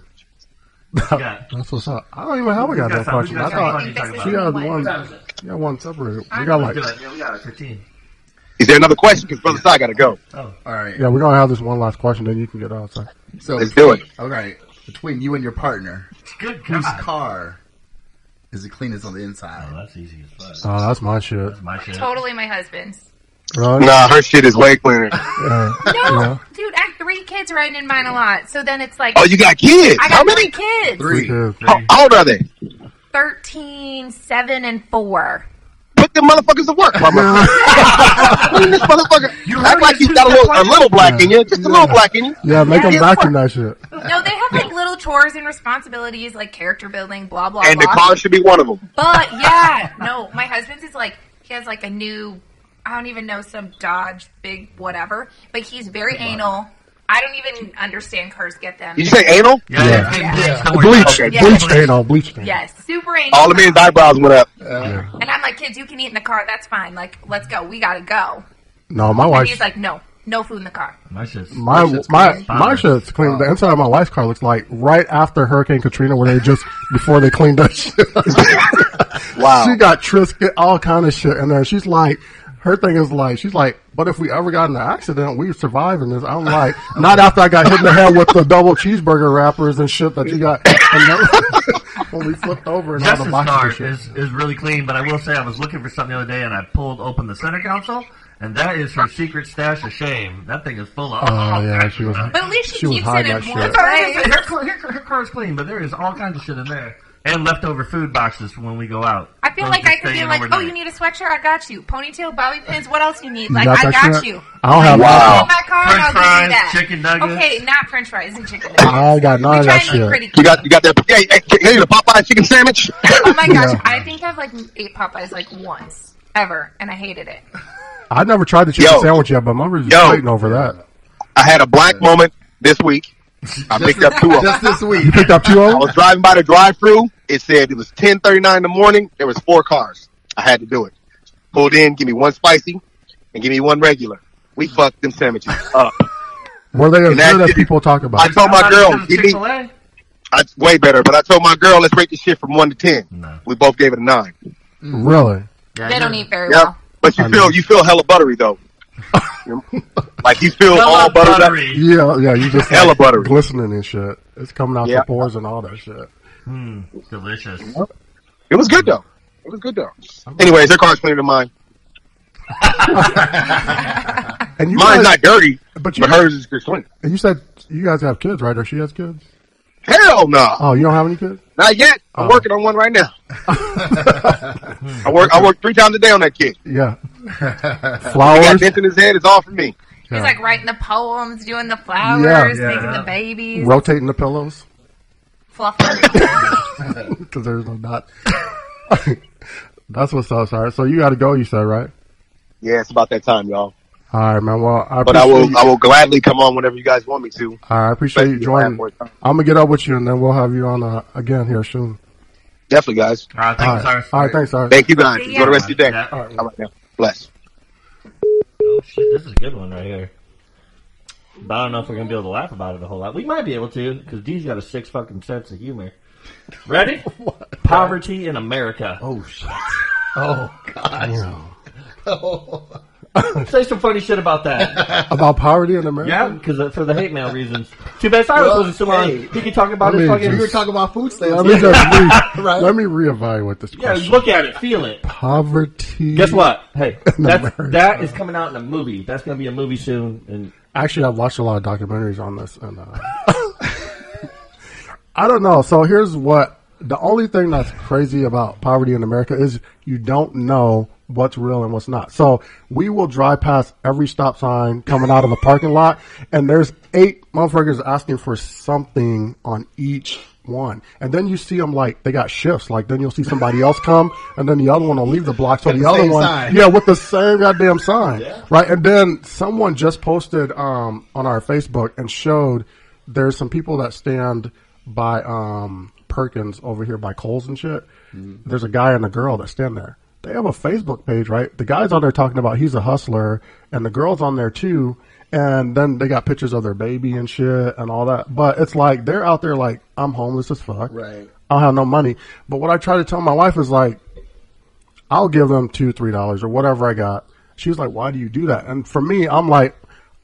Speaker 5: We got-
Speaker 2: That's what's up. I don't even have we got that
Speaker 5: Who's got
Speaker 2: question. I
Speaker 5: something?
Speaker 2: thought
Speaker 5: Who's got
Speaker 2: she
Speaker 5: something?
Speaker 2: had
Speaker 4: Who's got
Speaker 2: one.
Speaker 5: something?
Speaker 2: She had one separated. We got like
Speaker 5: Let's do it. Yeah, we got it. 15.
Speaker 6: Is there another question? Because brother Sai got to go.
Speaker 5: Oh,
Speaker 3: All right.
Speaker 2: yeah, we're gonna have this one last question. Then you can get out. So.
Speaker 3: So
Speaker 6: Let's do
Speaker 3: between- All right. Between you and your partner,
Speaker 5: good
Speaker 3: whose
Speaker 5: God.
Speaker 3: car is the cleanest on the
Speaker 5: Oh,
Speaker 3: inside?
Speaker 5: that's easy as fuck.
Speaker 2: Oh, that's my shit.
Speaker 5: That's my shit.
Speaker 4: Totally my husband's.
Speaker 2: Right?
Speaker 6: Nah, her shit is way cleaner.
Speaker 2: Yeah.
Speaker 4: No,
Speaker 2: Yeah.
Speaker 4: dude, I have three kids riding in mine a lot. So then it's like,
Speaker 6: Oh, you got kids?
Speaker 4: I
Speaker 6: How
Speaker 4: got three
Speaker 6: many?
Speaker 4: kids
Speaker 2: Three kids.
Speaker 5: Oh.
Speaker 6: How how old are they?
Speaker 4: 13, 7, and 4.
Speaker 6: Put them motherfuckers to work, mama. Clean this motherfucker. Act like you got a little, a little black in you, just a little black in you.
Speaker 2: Yeah, make them
Speaker 6: Yeah.
Speaker 2: vacuum that shit.
Speaker 4: No, they have like little chores and responsibilities, like character building, blah, blah,
Speaker 6: And the
Speaker 4: blah.
Speaker 6: car should be one of them.
Speaker 4: But yeah, no, my husband's is like he has like a new, I don't even know some Dodge big whatever, but he's very anal. I don't even understand cars get them.
Speaker 6: Did you say anal?
Speaker 5: Yeah, yeah. it's big bleach. Don't worry about
Speaker 6: Bleach.
Speaker 5: it.
Speaker 4: Yeah.
Speaker 2: Bleach stain on bleach stain.
Speaker 4: Yes, super anal.
Speaker 6: All the men's eyebrows went up.
Speaker 4: and I'm like, kids, you can eat in the car. That's fine. Like, let's go. We gotta go.
Speaker 2: No, my
Speaker 4: And
Speaker 2: wife.
Speaker 4: he's like, no, no food in the car.
Speaker 5: My shit's
Speaker 2: My my
Speaker 5: clean.
Speaker 2: my shit's clean. The inside of my wife's car looks like right after Hurricane Katrina, where they just before they cleaned that shit.
Speaker 6: Wow.
Speaker 2: she got Trisket, all kind of shit in there. She's like, her thing is like, she's like, but if we ever got in an accident, we surviving this. I'm like, not after I got hit in the head with the double cheeseburger wrappers and shit that you got and that- when we flipped over and all the
Speaker 5: Justin's
Speaker 2: boxes
Speaker 5: car
Speaker 2: and shit.
Speaker 5: is, is really clean, but I will say I was looking for something the other day and I pulled open the center console, and that is her secret stash of shame. That thing is full of.
Speaker 2: Oh yeah, she was.
Speaker 4: But at least she,
Speaker 2: She was
Speaker 4: keeps
Speaker 2: high
Speaker 4: it
Speaker 2: that
Speaker 4: in one
Speaker 2: shit.
Speaker 5: Her,
Speaker 4: place.
Speaker 5: car- her, car- her car is clean, but there is all kinds of shit in there. And leftover food boxes from when we go out.
Speaker 4: I feel
Speaker 5: Those
Speaker 4: like
Speaker 5: just
Speaker 4: I could
Speaker 5: stay
Speaker 4: be
Speaker 5: in
Speaker 4: like, oh,
Speaker 5: overnight.
Speaker 4: you need a sweatshirt? I got you. Ponytail, bobby pins. What else you need? Like,
Speaker 2: got
Speaker 4: I
Speaker 2: that
Speaker 4: got
Speaker 2: shit?
Speaker 4: you.
Speaker 2: I don't have.
Speaker 8: Wow.
Speaker 4: Call my car and
Speaker 5: French
Speaker 4: I'll
Speaker 5: fries,
Speaker 4: give you that.
Speaker 5: chicken nuggets.
Speaker 4: Okay, not French fries and chicken nuggets.
Speaker 2: I got none
Speaker 4: we
Speaker 2: of
Speaker 4: try
Speaker 2: that
Speaker 4: and eat
Speaker 2: shit.
Speaker 4: pretty
Speaker 6: You got, you got that. Hey, hey, hey, the Popeye chicken sandwich.
Speaker 4: Oh my gosh,
Speaker 2: Yeah.
Speaker 4: I think I've like ate Popeyes like once ever, and I hated it.
Speaker 2: I never tried the chicken
Speaker 6: Yo.
Speaker 2: sandwich yet, but my was
Speaker 6: Yo.
Speaker 2: fighting over that.
Speaker 6: I had a black moment this week. I picked up two of them.
Speaker 3: Just this week.
Speaker 2: You picked up two
Speaker 6: I
Speaker 2: of them.
Speaker 6: was driving by the drive-through. It said it was 10:39 in the morning. There was four cars. I had to do it. Pulled in, give me one spicy, and give me one regular. We fucked them sandwiches
Speaker 5: Uh,
Speaker 6: up.
Speaker 2: Were they as
Speaker 6: And that-
Speaker 2: good as people talk about?
Speaker 6: I told my girl, give me
Speaker 5: Chick-fil-A?
Speaker 6: I, way better, but I told my girl, let's rate this shit from one to ten.
Speaker 5: No.
Speaker 6: We both gave it a nine.
Speaker 2: Really?
Speaker 5: Yeah,
Speaker 4: They
Speaker 5: you're-
Speaker 4: don't eat very
Speaker 6: Yeah,
Speaker 4: well.
Speaker 6: but you
Speaker 2: I
Speaker 6: feel
Speaker 2: know.
Speaker 6: you feel hella buttery though. like you feel
Speaker 5: Hella
Speaker 6: all buttered up.
Speaker 5: buttery.
Speaker 2: Yeah, yeah. You just
Speaker 6: Hella
Speaker 2: like,
Speaker 6: buttery.
Speaker 2: glistening and shit. It's coming out
Speaker 6: Yeah.
Speaker 2: the pores and all that shit.
Speaker 5: Mm, delicious.
Speaker 6: It was good though. It was good though. Anyways, their car's cleaner than mine.
Speaker 2: And you
Speaker 6: Mine's
Speaker 2: guys,
Speaker 6: not dirty,
Speaker 2: but
Speaker 6: but,
Speaker 2: you-
Speaker 6: hers is just clean.
Speaker 2: and you said you guys have kids, right? Or she has kids?
Speaker 6: Hell no,
Speaker 2: Oh, you don't have any kids?
Speaker 6: not yet. I'm
Speaker 2: Oh.
Speaker 6: working on one right now. I work. I work three times a day on that kid.
Speaker 2: Yeah.
Speaker 6: He got
Speaker 2: Flowers.
Speaker 6: dents in his head. It's all for me.
Speaker 2: Yeah.
Speaker 4: He's like writing the poems, doing the flowers,
Speaker 2: Yeah,
Speaker 4: making
Speaker 5: yeah.
Speaker 4: the babies,
Speaker 2: Rotating the pillows
Speaker 4: fluffing.
Speaker 2: because there's no dot. That's what's up, sorry. So you got to go. You said right.
Speaker 6: Yeah, it's about that time, y'all.
Speaker 2: All right, man. Well, I
Speaker 6: But I
Speaker 2: appreciate
Speaker 6: will.
Speaker 2: you-
Speaker 6: I will gladly come on whenever you guys want me to.
Speaker 2: all right, I appreciate you
Speaker 6: Thank you. I have
Speaker 2: joining.
Speaker 6: more time.
Speaker 2: I'm gonna get up with you, and then we'll have you on uh, again here soon.
Speaker 6: Definitely, guys.
Speaker 5: All right, thank
Speaker 2: All
Speaker 5: you,
Speaker 2: right,
Speaker 5: sir.
Speaker 2: all right. Thanks, sorry.
Speaker 6: Thank you, guys.
Speaker 4: See ya.
Speaker 6: Enjoy the rest of your day.
Speaker 5: Yeah.
Speaker 6: All right, now. Bless.
Speaker 5: Oh shit, this is a good one right here. But I don't know if we're gonna be able to laugh about it a whole lot. We might be able to because D's got a six fucking sense of humor. Ready? Poverty in America.
Speaker 3: Oh shit. Oh god.
Speaker 5: Say some funny shit about that.
Speaker 2: About poverty in America.
Speaker 5: yeah, because for the hate mail reasons. Too bad Cyrus
Speaker 3: Well,
Speaker 5: wasn't still on.
Speaker 3: hey.
Speaker 5: He can talk about
Speaker 2: I
Speaker 5: his
Speaker 2: mean,
Speaker 5: fucking.
Speaker 2: you
Speaker 3: We were talking about food
Speaker 2: Let
Speaker 3: stamps.
Speaker 2: me just re-
Speaker 3: Right.
Speaker 2: let me reevaluate this
Speaker 5: yeah,
Speaker 2: question.
Speaker 5: look at it, feel it.
Speaker 2: Poverty.
Speaker 5: Guess what? Hey, that's,
Speaker 2: America.
Speaker 5: that is coming out in a movie. That's gonna be a movie soon. And
Speaker 2: Actually, I've watched a lot of documentaries on this, and uh, I don't know. So here's what the only thing that's crazy about poverty in America is you don't know what's real and what's not. So we will drive past every stop sign coming out of a parking lot, and there's eight motherfuckers asking for something on each one. And then you see them like they got shifts. Like then you'll see somebody else come, and then the other one will leave the block. So
Speaker 3: Got
Speaker 2: the,
Speaker 3: the
Speaker 2: other
Speaker 3: same
Speaker 2: one,
Speaker 3: sign.
Speaker 2: yeah, with the same goddamn sign, right? And then someone just posted um, on our Facebook and showed there's some people that stand by um, Perkins over here by Coles and shit. There's a guy and a girl that stand there, they have a Facebook page, right? The guy's on there talking about he's a hustler, and the girl's on there too. And then they got pictures of their baby and shit and all that. But it's like they're out there like I'm homeless as fuck.
Speaker 3: Right.
Speaker 2: I don't have no money. But what I try to tell my wife is like, I'll give them two, three dollars or whatever I got. She was like, Why do you do that? And for me, I'm like,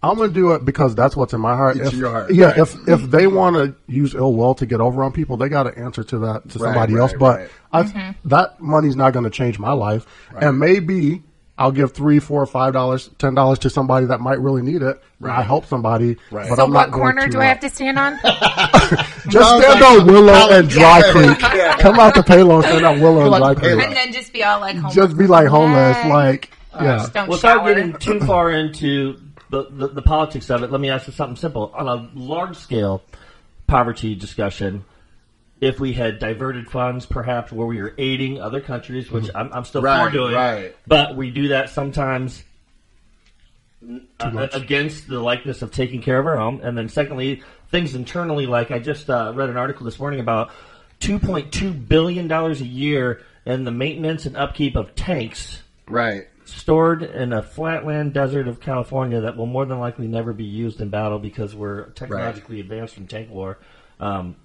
Speaker 2: I'm gonna do it because that's what's in my heart.
Speaker 3: It's
Speaker 2: if,
Speaker 3: your heart,
Speaker 2: yeah,
Speaker 3: right.
Speaker 2: if if they want to use ill will to get over on people, they got to answer to that to
Speaker 3: Right,
Speaker 2: somebody
Speaker 3: right,
Speaker 2: else. But
Speaker 3: right.
Speaker 2: I,
Speaker 4: Mm-hmm.
Speaker 2: that money's not going to change my life, and maybe I'll give three, four, five dollars, ten dollars to somebody that might really need it. I help somebody,
Speaker 3: Right.
Speaker 2: but
Speaker 3: So
Speaker 2: I'm not
Speaker 4: What
Speaker 2: going
Speaker 4: corner
Speaker 2: to,
Speaker 4: do I
Speaker 2: uh,
Speaker 4: have to stand on?
Speaker 2: Just
Speaker 3: Sounds
Speaker 2: stand
Speaker 3: like-
Speaker 2: on Willow and Dry
Speaker 3: Yeah.
Speaker 2: Creek. Come out the payload, stand on Willow
Speaker 3: Feel
Speaker 2: and Dry
Speaker 3: like the
Speaker 2: Creek.
Speaker 4: and then just be all like, homeless.
Speaker 2: Just be like homeless,
Speaker 4: Yes.
Speaker 2: like yeah.
Speaker 4: Just don't
Speaker 5: Without
Speaker 4: shower.
Speaker 5: getting too far into the, the, the politics of it, let me ask you something simple. On a large scale poverty discussion, if we had diverted funds, perhaps where we were aiding other countries, which I'm, I'm still
Speaker 3: Mm-hmm. Right,
Speaker 5: for doing,
Speaker 3: right.
Speaker 5: but we do that sometimes uh, against the likeness of taking care of our home. And then, secondly, things internally, like I just uh, read an article this morning about $2.2 billion a year in the maintenance and upkeep of tanks
Speaker 3: Right.
Speaker 5: stored in a flatland desert of California that will more than likely never be used in battle because we're technologically advanced in tank war. Um,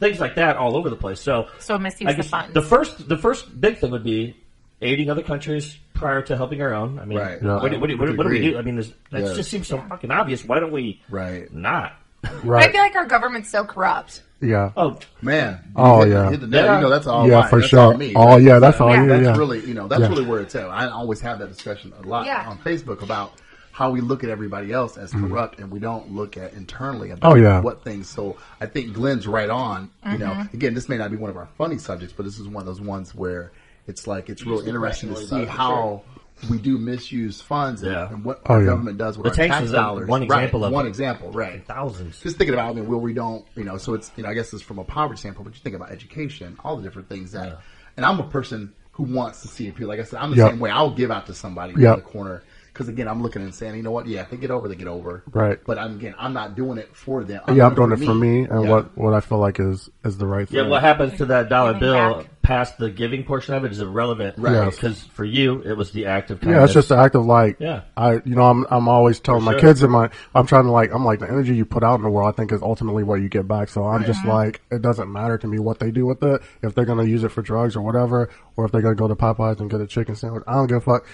Speaker 5: things like that all over the place. So,
Speaker 4: So misuse
Speaker 5: I
Speaker 4: the
Speaker 5: guess
Speaker 4: funds.
Speaker 5: the first the first big thing would be aiding other countries prior to helping our own. I mean,
Speaker 3: Right.
Speaker 5: what, do- what, do- what, do- what do we
Speaker 3: Agreed.
Speaker 5: do? I mean, there's- that
Speaker 3: Yes.
Speaker 5: just seems so fucking obvious. Why don't we
Speaker 3: Right.
Speaker 5: not?
Speaker 4: I
Speaker 2: Right.
Speaker 4: feel like our government's so corrupt.
Speaker 2: Yeah.
Speaker 5: Oh,
Speaker 3: Man. you
Speaker 2: Oh,
Speaker 3: hit the-
Speaker 2: yeah.
Speaker 3: hit the nail.
Speaker 5: Yeah.
Speaker 3: You know, that's all
Speaker 2: Yeah,
Speaker 3: mine.
Speaker 2: for
Speaker 3: That's
Speaker 2: sure.
Speaker 3: all me,
Speaker 2: Oh,
Speaker 3: right?
Speaker 2: yeah, that's
Speaker 3: So
Speaker 2: all you,
Speaker 3: That's
Speaker 2: yeah.
Speaker 3: really, you know, that's
Speaker 2: Yeah.
Speaker 3: really where it's at. I always have that discussion a lot
Speaker 4: Yeah.
Speaker 3: on Facebook about how we look at everybody else as corrupt and we don't look at internally about
Speaker 2: Mm-hmm. Oh, yeah.
Speaker 3: what things. So I think Glenn's right on. You know, again, this may not be one of our funny subjects, but this is one of those ones where it's like, it's real interesting to see how we do misuse funds and,
Speaker 5: Yeah.
Speaker 3: and what
Speaker 2: Oh,
Speaker 3: our
Speaker 2: yeah.
Speaker 3: government does with
Speaker 5: The
Speaker 3: our
Speaker 5: tanks
Speaker 3: tax
Speaker 5: is a-
Speaker 3: dollars.
Speaker 5: one example
Speaker 3: right,
Speaker 5: of
Speaker 3: One
Speaker 5: it.
Speaker 3: example, right
Speaker 5: thousands.
Speaker 3: just thinking about I mean, where we don't, you know, so it's you know, I guess it's from a poverty standpoint, but you think about education, all the different things that and I'm a person who wants to see people like I said, I'm the
Speaker 2: Yep.
Speaker 3: same way. I'll give out to somebody
Speaker 2: Yep.
Speaker 3: in the corner. Because again, I'm looking and saying, you know what? Yeah, if they get over, they get over.
Speaker 2: Right.
Speaker 3: But I'm again, I'm not doing it for them.
Speaker 2: Yeah, I'm doing it for me and
Speaker 3: Yeah.
Speaker 2: what what I feel like is is the right
Speaker 5: Yeah,
Speaker 2: thing.
Speaker 5: what happens to that dollar
Speaker 4: Giving
Speaker 5: bill
Speaker 4: back.
Speaker 5: past the giving portion of it is irrelevant.
Speaker 3: Right.
Speaker 2: Yes.
Speaker 5: Because for you, it was the act of kindness.
Speaker 2: Yeah, it's just an act of like,
Speaker 5: Yeah.
Speaker 2: I, you know, I'm, I'm always telling my
Speaker 5: sure.
Speaker 2: kids and my, I'm trying to like, I'm like, the energy you put out in the world, I think is ultimately what you get back. So I'm just like, it doesn't matter to me what they do with it. If they're going to use it for drugs or whatever, or if they're going to go to Popeyes and get a chicken sandwich, I don't give a fuck.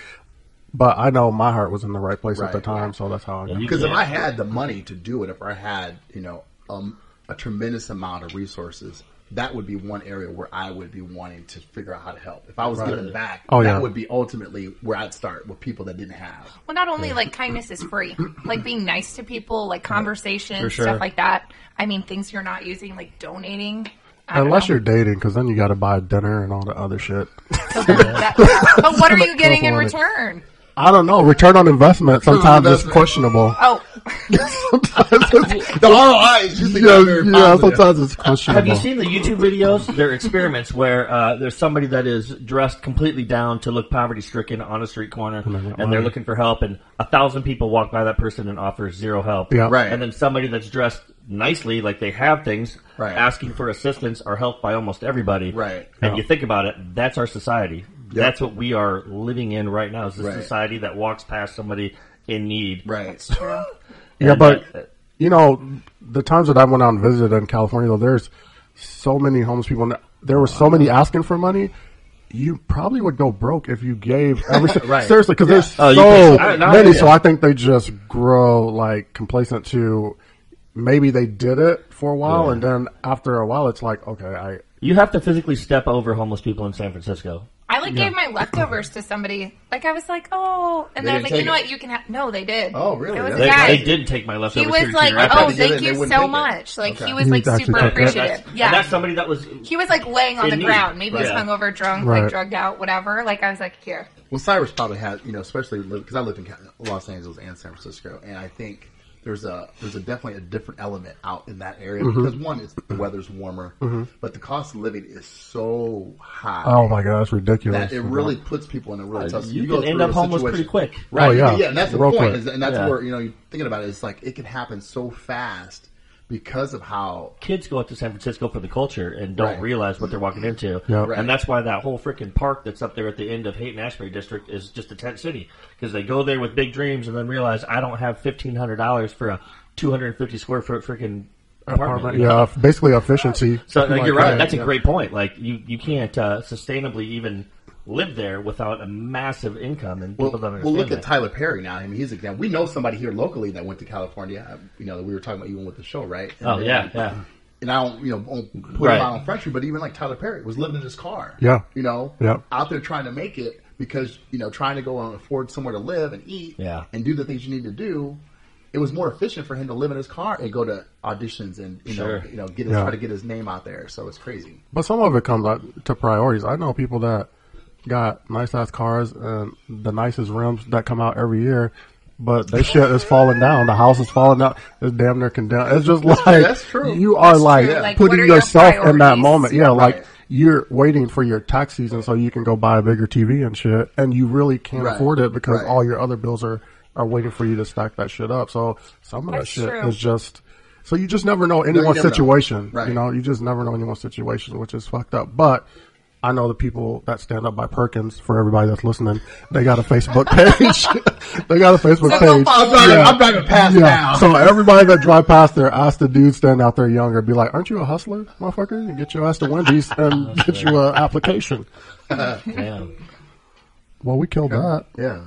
Speaker 2: But I know my heart was in the right place at the
Speaker 3: Right.
Speaker 2: time. So that's how I got.
Speaker 5: You
Speaker 3: Because if
Speaker 5: can't-
Speaker 3: I had the money to do it, if I had, you know, um, a tremendous amount of resources, that would be one area where I would be wanting to figure out how to help. If I was giving back,
Speaker 2: Oh,
Speaker 3: that
Speaker 2: yeah.
Speaker 3: would be ultimately where I'd start with people that didn't have.
Speaker 4: Well, not only like kindness is free, like being nice to people, like
Speaker 5: For
Speaker 4: conversations,
Speaker 5: sure.
Speaker 4: stuff like that. I mean, things you're not using, like donating. I don't
Speaker 2: Unless
Speaker 4: know.
Speaker 2: you're dating, because then you got to buy dinner and all the other shit.
Speaker 4: That- but what are you getting in
Speaker 2: Careful on it.
Speaker 4: return?
Speaker 2: I don't know. Return on investment sometimes is
Speaker 3: investment.
Speaker 2: questionable.
Speaker 4: Oh,
Speaker 3: the ROI is usually
Speaker 2: yeah,
Speaker 3: not very
Speaker 2: yeah,
Speaker 3: positive.
Speaker 2: sometimes it's questionable.
Speaker 5: Have you seen the YouTube videos? Uh-huh. They're experiments where uh, there's somebody that is dressed completely down to look poverty stricken on a street corner, and they're looking for help, and a thousand people walk by that person and offer zero help.
Speaker 2: Yeah.
Speaker 3: Right.
Speaker 5: And then somebody that's dressed nicely, like they have things,
Speaker 3: Right.
Speaker 5: asking for assistance or help by almost everybody.
Speaker 3: Right.
Speaker 5: And
Speaker 2: Yeah.
Speaker 5: you think about it, that's our society. That's what we are living in right now. Is this
Speaker 3: Right.
Speaker 5: society that walks past somebody in need?
Speaker 3: Right.
Speaker 2: Yeah,
Speaker 5: And
Speaker 2: but
Speaker 5: that-
Speaker 2: you know, the times that I went out and visited in California, though, there's so many homeless people. and There were so many asking for money. You probably would go broke if you gave every
Speaker 5: Right.
Speaker 2: seriously because there's
Speaker 5: Oh, you
Speaker 2: so
Speaker 5: can- I- no,
Speaker 2: many.
Speaker 5: yeah.
Speaker 2: So I think they just grow like complacent to maybe they did it for a while and then after a while it's like okay I
Speaker 5: You have to physically step over homeless people in San Francisco.
Speaker 4: I like gave my leftovers to somebody. Like I was like, oh, and
Speaker 3: They
Speaker 4: then I
Speaker 3: didn't
Speaker 4: was like, you
Speaker 3: take
Speaker 4: know
Speaker 3: it.
Speaker 4: what? You can have. No, they did.
Speaker 3: Oh, really?
Speaker 4: It was
Speaker 3: That's
Speaker 5: They,
Speaker 4: a guy.
Speaker 5: they did take my
Speaker 4: He
Speaker 5: leftovers.
Speaker 4: was like,
Speaker 3: I thought
Speaker 4: oh,
Speaker 3: they did it
Speaker 4: thank
Speaker 3: and
Speaker 4: you
Speaker 3: they wouldn't
Speaker 4: so
Speaker 3: take it.
Speaker 4: much. Like
Speaker 3: Okay.
Speaker 4: he
Speaker 2: You
Speaker 4: was
Speaker 2: need
Speaker 4: like
Speaker 2: to actually
Speaker 4: super
Speaker 2: take it.
Speaker 4: appreciative.
Speaker 5: And
Speaker 4: Yeah.
Speaker 5: that's somebody that was.
Speaker 4: He was like laying on
Speaker 5: In
Speaker 4: the
Speaker 5: need.
Speaker 4: ground. Maybe he was
Speaker 5: Right.
Speaker 4: hungover, drunk,
Speaker 2: Right.
Speaker 4: like drugged out, whatever. Like I was like, here.
Speaker 3: Well, Cyrus probably had, you know, especially because I lived in Cal- Los Angeles and San Francisco, and I think there's a there's a definitely a different element out in that area
Speaker 2: Mm-hmm.
Speaker 3: because one, it's the weather's warmer, but the cost of living is so high.
Speaker 2: oh my god that's ridiculous
Speaker 3: That it really puts people in a really tough.
Speaker 5: Uh, You,
Speaker 3: go
Speaker 5: can end
Speaker 3: through
Speaker 5: up
Speaker 3: a
Speaker 5: homeless
Speaker 3: situation-
Speaker 5: pretty quick.
Speaker 3: right?
Speaker 2: Oh, yeah.
Speaker 3: yeah, and that's the
Speaker 2: Real
Speaker 3: point,
Speaker 2: quick.
Speaker 3: is- and that's
Speaker 5: Yeah.
Speaker 3: where you know you're thinking about it. It's like it can happen so fast because of how
Speaker 7: kids go up to San Francisco for the culture and don't
Speaker 3: Right.
Speaker 7: realize what they're walking into.
Speaker 2: Yeah.
Speaker 3: Right.
Speaker 7: And that's why that whole freaking park that's up there at the end of Haight and Ashbury District is just a tent city because they go there with big dreams and then realize I don't have fifteen hundred dollars for a two hundred and fifty square foot freaking apartment.
Speaker 2: Apartment, yeah, basically efficiency.
Speaker 7: So like,
Speaker 2: Like
Speaker 7: you're right.
Speaker 2: that.
Speaker 7: That's a great point. Like you, you can't uh, sustainably even live there without a massive income, and
Speaker 3: Well,
Speaker 7: people don't
Speaker 3: well,
Speaker 7: understand
Speaker 3: look
Speaker 7: that.
Speaker 3: at Tyler Perry now. I mean, he's example. We know somebody here locally that went to California. uh, You know, that we were talking about even with the show, right? And
Speaker 7: oh
Speaker 3: then-
Speaker 7: yeah, yeah.
Speaker 3: And I don't, you know, won't put
Speaker 7: Right.
Speaker 3: him out on Front Street, but even like Tyler Perry was living in his car.
Speaker 2: Yeah.
Speaker 3: You know,
Speaker 2: Yeah.
Speaker 3: out there trying to make it because you know trying to go and afford somewhere to live and eat,
Speaker 7: Yeah.
Speaker 3: and do the things you need to do. It was more efficient for him to live in his car and go to auditions and you
Speaker 7: Sure.
Speaker 3: know, you know, get his,
Speaker 2: Yeah.
Speaker 3: try to get his name out there. So it's crazy.
Speaker 2: But some of it comes up to priorities. I know people that got nice ass cars and the nicest rims that come out every year, but their shit is falling down. The house is falling down. It's damn near condemned. It's just like
Speaker 3: that's true.
Speaker 2: you are like,
Speaker 4: true. Like,
Speaker 2: putting
Speaker 4: what are your
Speaker 2: yourself in that
Speaker 4: priorities?
Speaker 2: moment. Yeah, like
Speaker 3: Right.
Speaker 2: you're waiting for your tax season so you can go buy a bigger TV and shit, and you really can't
Speaker 3: Right.
Speaker 2: afford it because
Speaker 3: Right.
Speaker 2: all your other bills are are waiting for you to stack that shit up. So some of that
Speaker 4: That's
Speaker 2: shit
Speaker 4: true.
Speaker 2: is just. So you just never know anyone's
Speaker 3: never know.
Speaker 2: situation.
Speaker 3: Right.
Speaker 2: You know, you just never know anyone's situation, which is fucked up. But I know the people that stand up by Perkins for everybody that's listening. They got a Facebook page. they got a Facebook
Speaker 4: So go
Speaker 2: page.
Speaker 4: follow
Speaker 3: I'm,
Speaker 4: them.
Speaker 3: driving, I'm driving past
Speaker 2: Yeah.
Speaker 3: now.
Speaker 2: So everybody that drive past there, ask the dude standing out there younger, be like, "Aren't you a hustler, motherfucker? You get your ass to Wendy's and get you a application."
Speaker 7: Damn.
Speaker 2: Well, we killed that.
Speaker 3: yeah.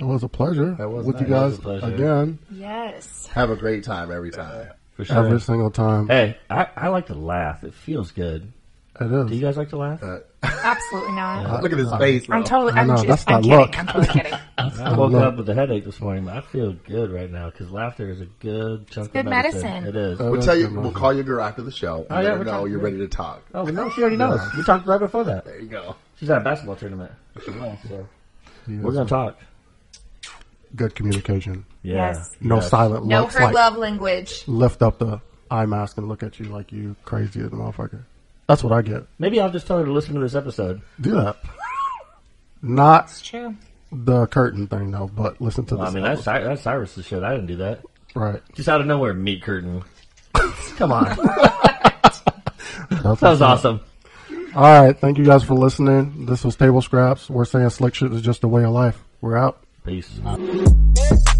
Speaker 2: It was a pleasure
Speaker 3: That was
Speaker 2: with you
Speaker 3: nice.
Speaker 2: guys
Speaker 7: It was a pleasure.
Speaker 2: again
Speaker 4: Yes.
Speaker 3: Have a great time every time.
Speaker 7: For sure.
Speaker 2: every single time.
Speaker 7: Hey, I, I like to laugh. It feels good.
Speaker 2: It
Speaker 7: Do you
Speaker 2: is.
Speaker 7: guys like to laugh?
Speaker 4: Absolutely
Speaker 2: Uh,
Speaker 4: not.
Speaker 3: Look at his face.
Speaker 4: I'm
Speaker 3: though.
Speaker 4: totally. I'm
Speaker 2: know,
Speaker 4: just.
Speaker 2: that's
Speaker 4: I'm
Speaker 2: not
Speaker 4: kidding.
Speaker 2: luck.
Speaker 4: I'm totally kidding.
Speaker 7: I woke
Speaker 2: love-
Speaker 7: up with a headache this morning, but I feel good right now because laughter is a good chunk
Speaker 4: good
Speaker 7: of medicine.
Speaker 4: medicine.
Speaker 7: It is.
Speaker 2: Uh,
Speaker 3: We'll tell you.
Speaker 2: That's good,
Speaker 3: We'll call your girl after the show.
Speaker 7: Oh,
Speaker 3: and
Speaker 7: yeah,
Speaker 3: let her
Speaker 7: we're
Speaker 3: know
Speaker 7: talking-
Speaker 3: you're ready to talk.
Speaker 7: oh, no, she already knows. We talked right before that.
Speaker 3: There you go.
Speaker 7: She's at a basketball tournament. She won, so. We're going to talk.
Speaker 2: Good communication.
Speaker 7: Yeah.
Speaker 4: Yes.
Speaker 2: No
Speaker 7: Yes.
Speaker 2: silent
Speaker 4: Know
Speaker 2: looks.
Speaker 4: her
Speaker 2: Like
Speaker 4: love language.
Speaker 2: lift up the eye mask and look at you like you crazy as a motherfucker. That's what I get.
Speaker 7: Maybe I'll just tell her to listen to this episode.
Speaker 2: Do that. Not
Speaker 4: It's true.
Speaker 2: the curtain thing though, but listen to
Speaker 7: Well, I
Speaker 2: this.
Speaker 7: mean, that's, Cy- that's Cyrus's shit. I didn't do that.
Speaker 2: right.
Speaker 7: Just out of nowhere, meat curtain. Come on.
Speaker 2: That's
Speaker 7: That was awesome.
Speaker 2: All right. Thank you guys for listening. This was Table Scraps. We're saying slick shit is just a way of life. We're out.
Speaker 7: Peace.
Speaker 9: It's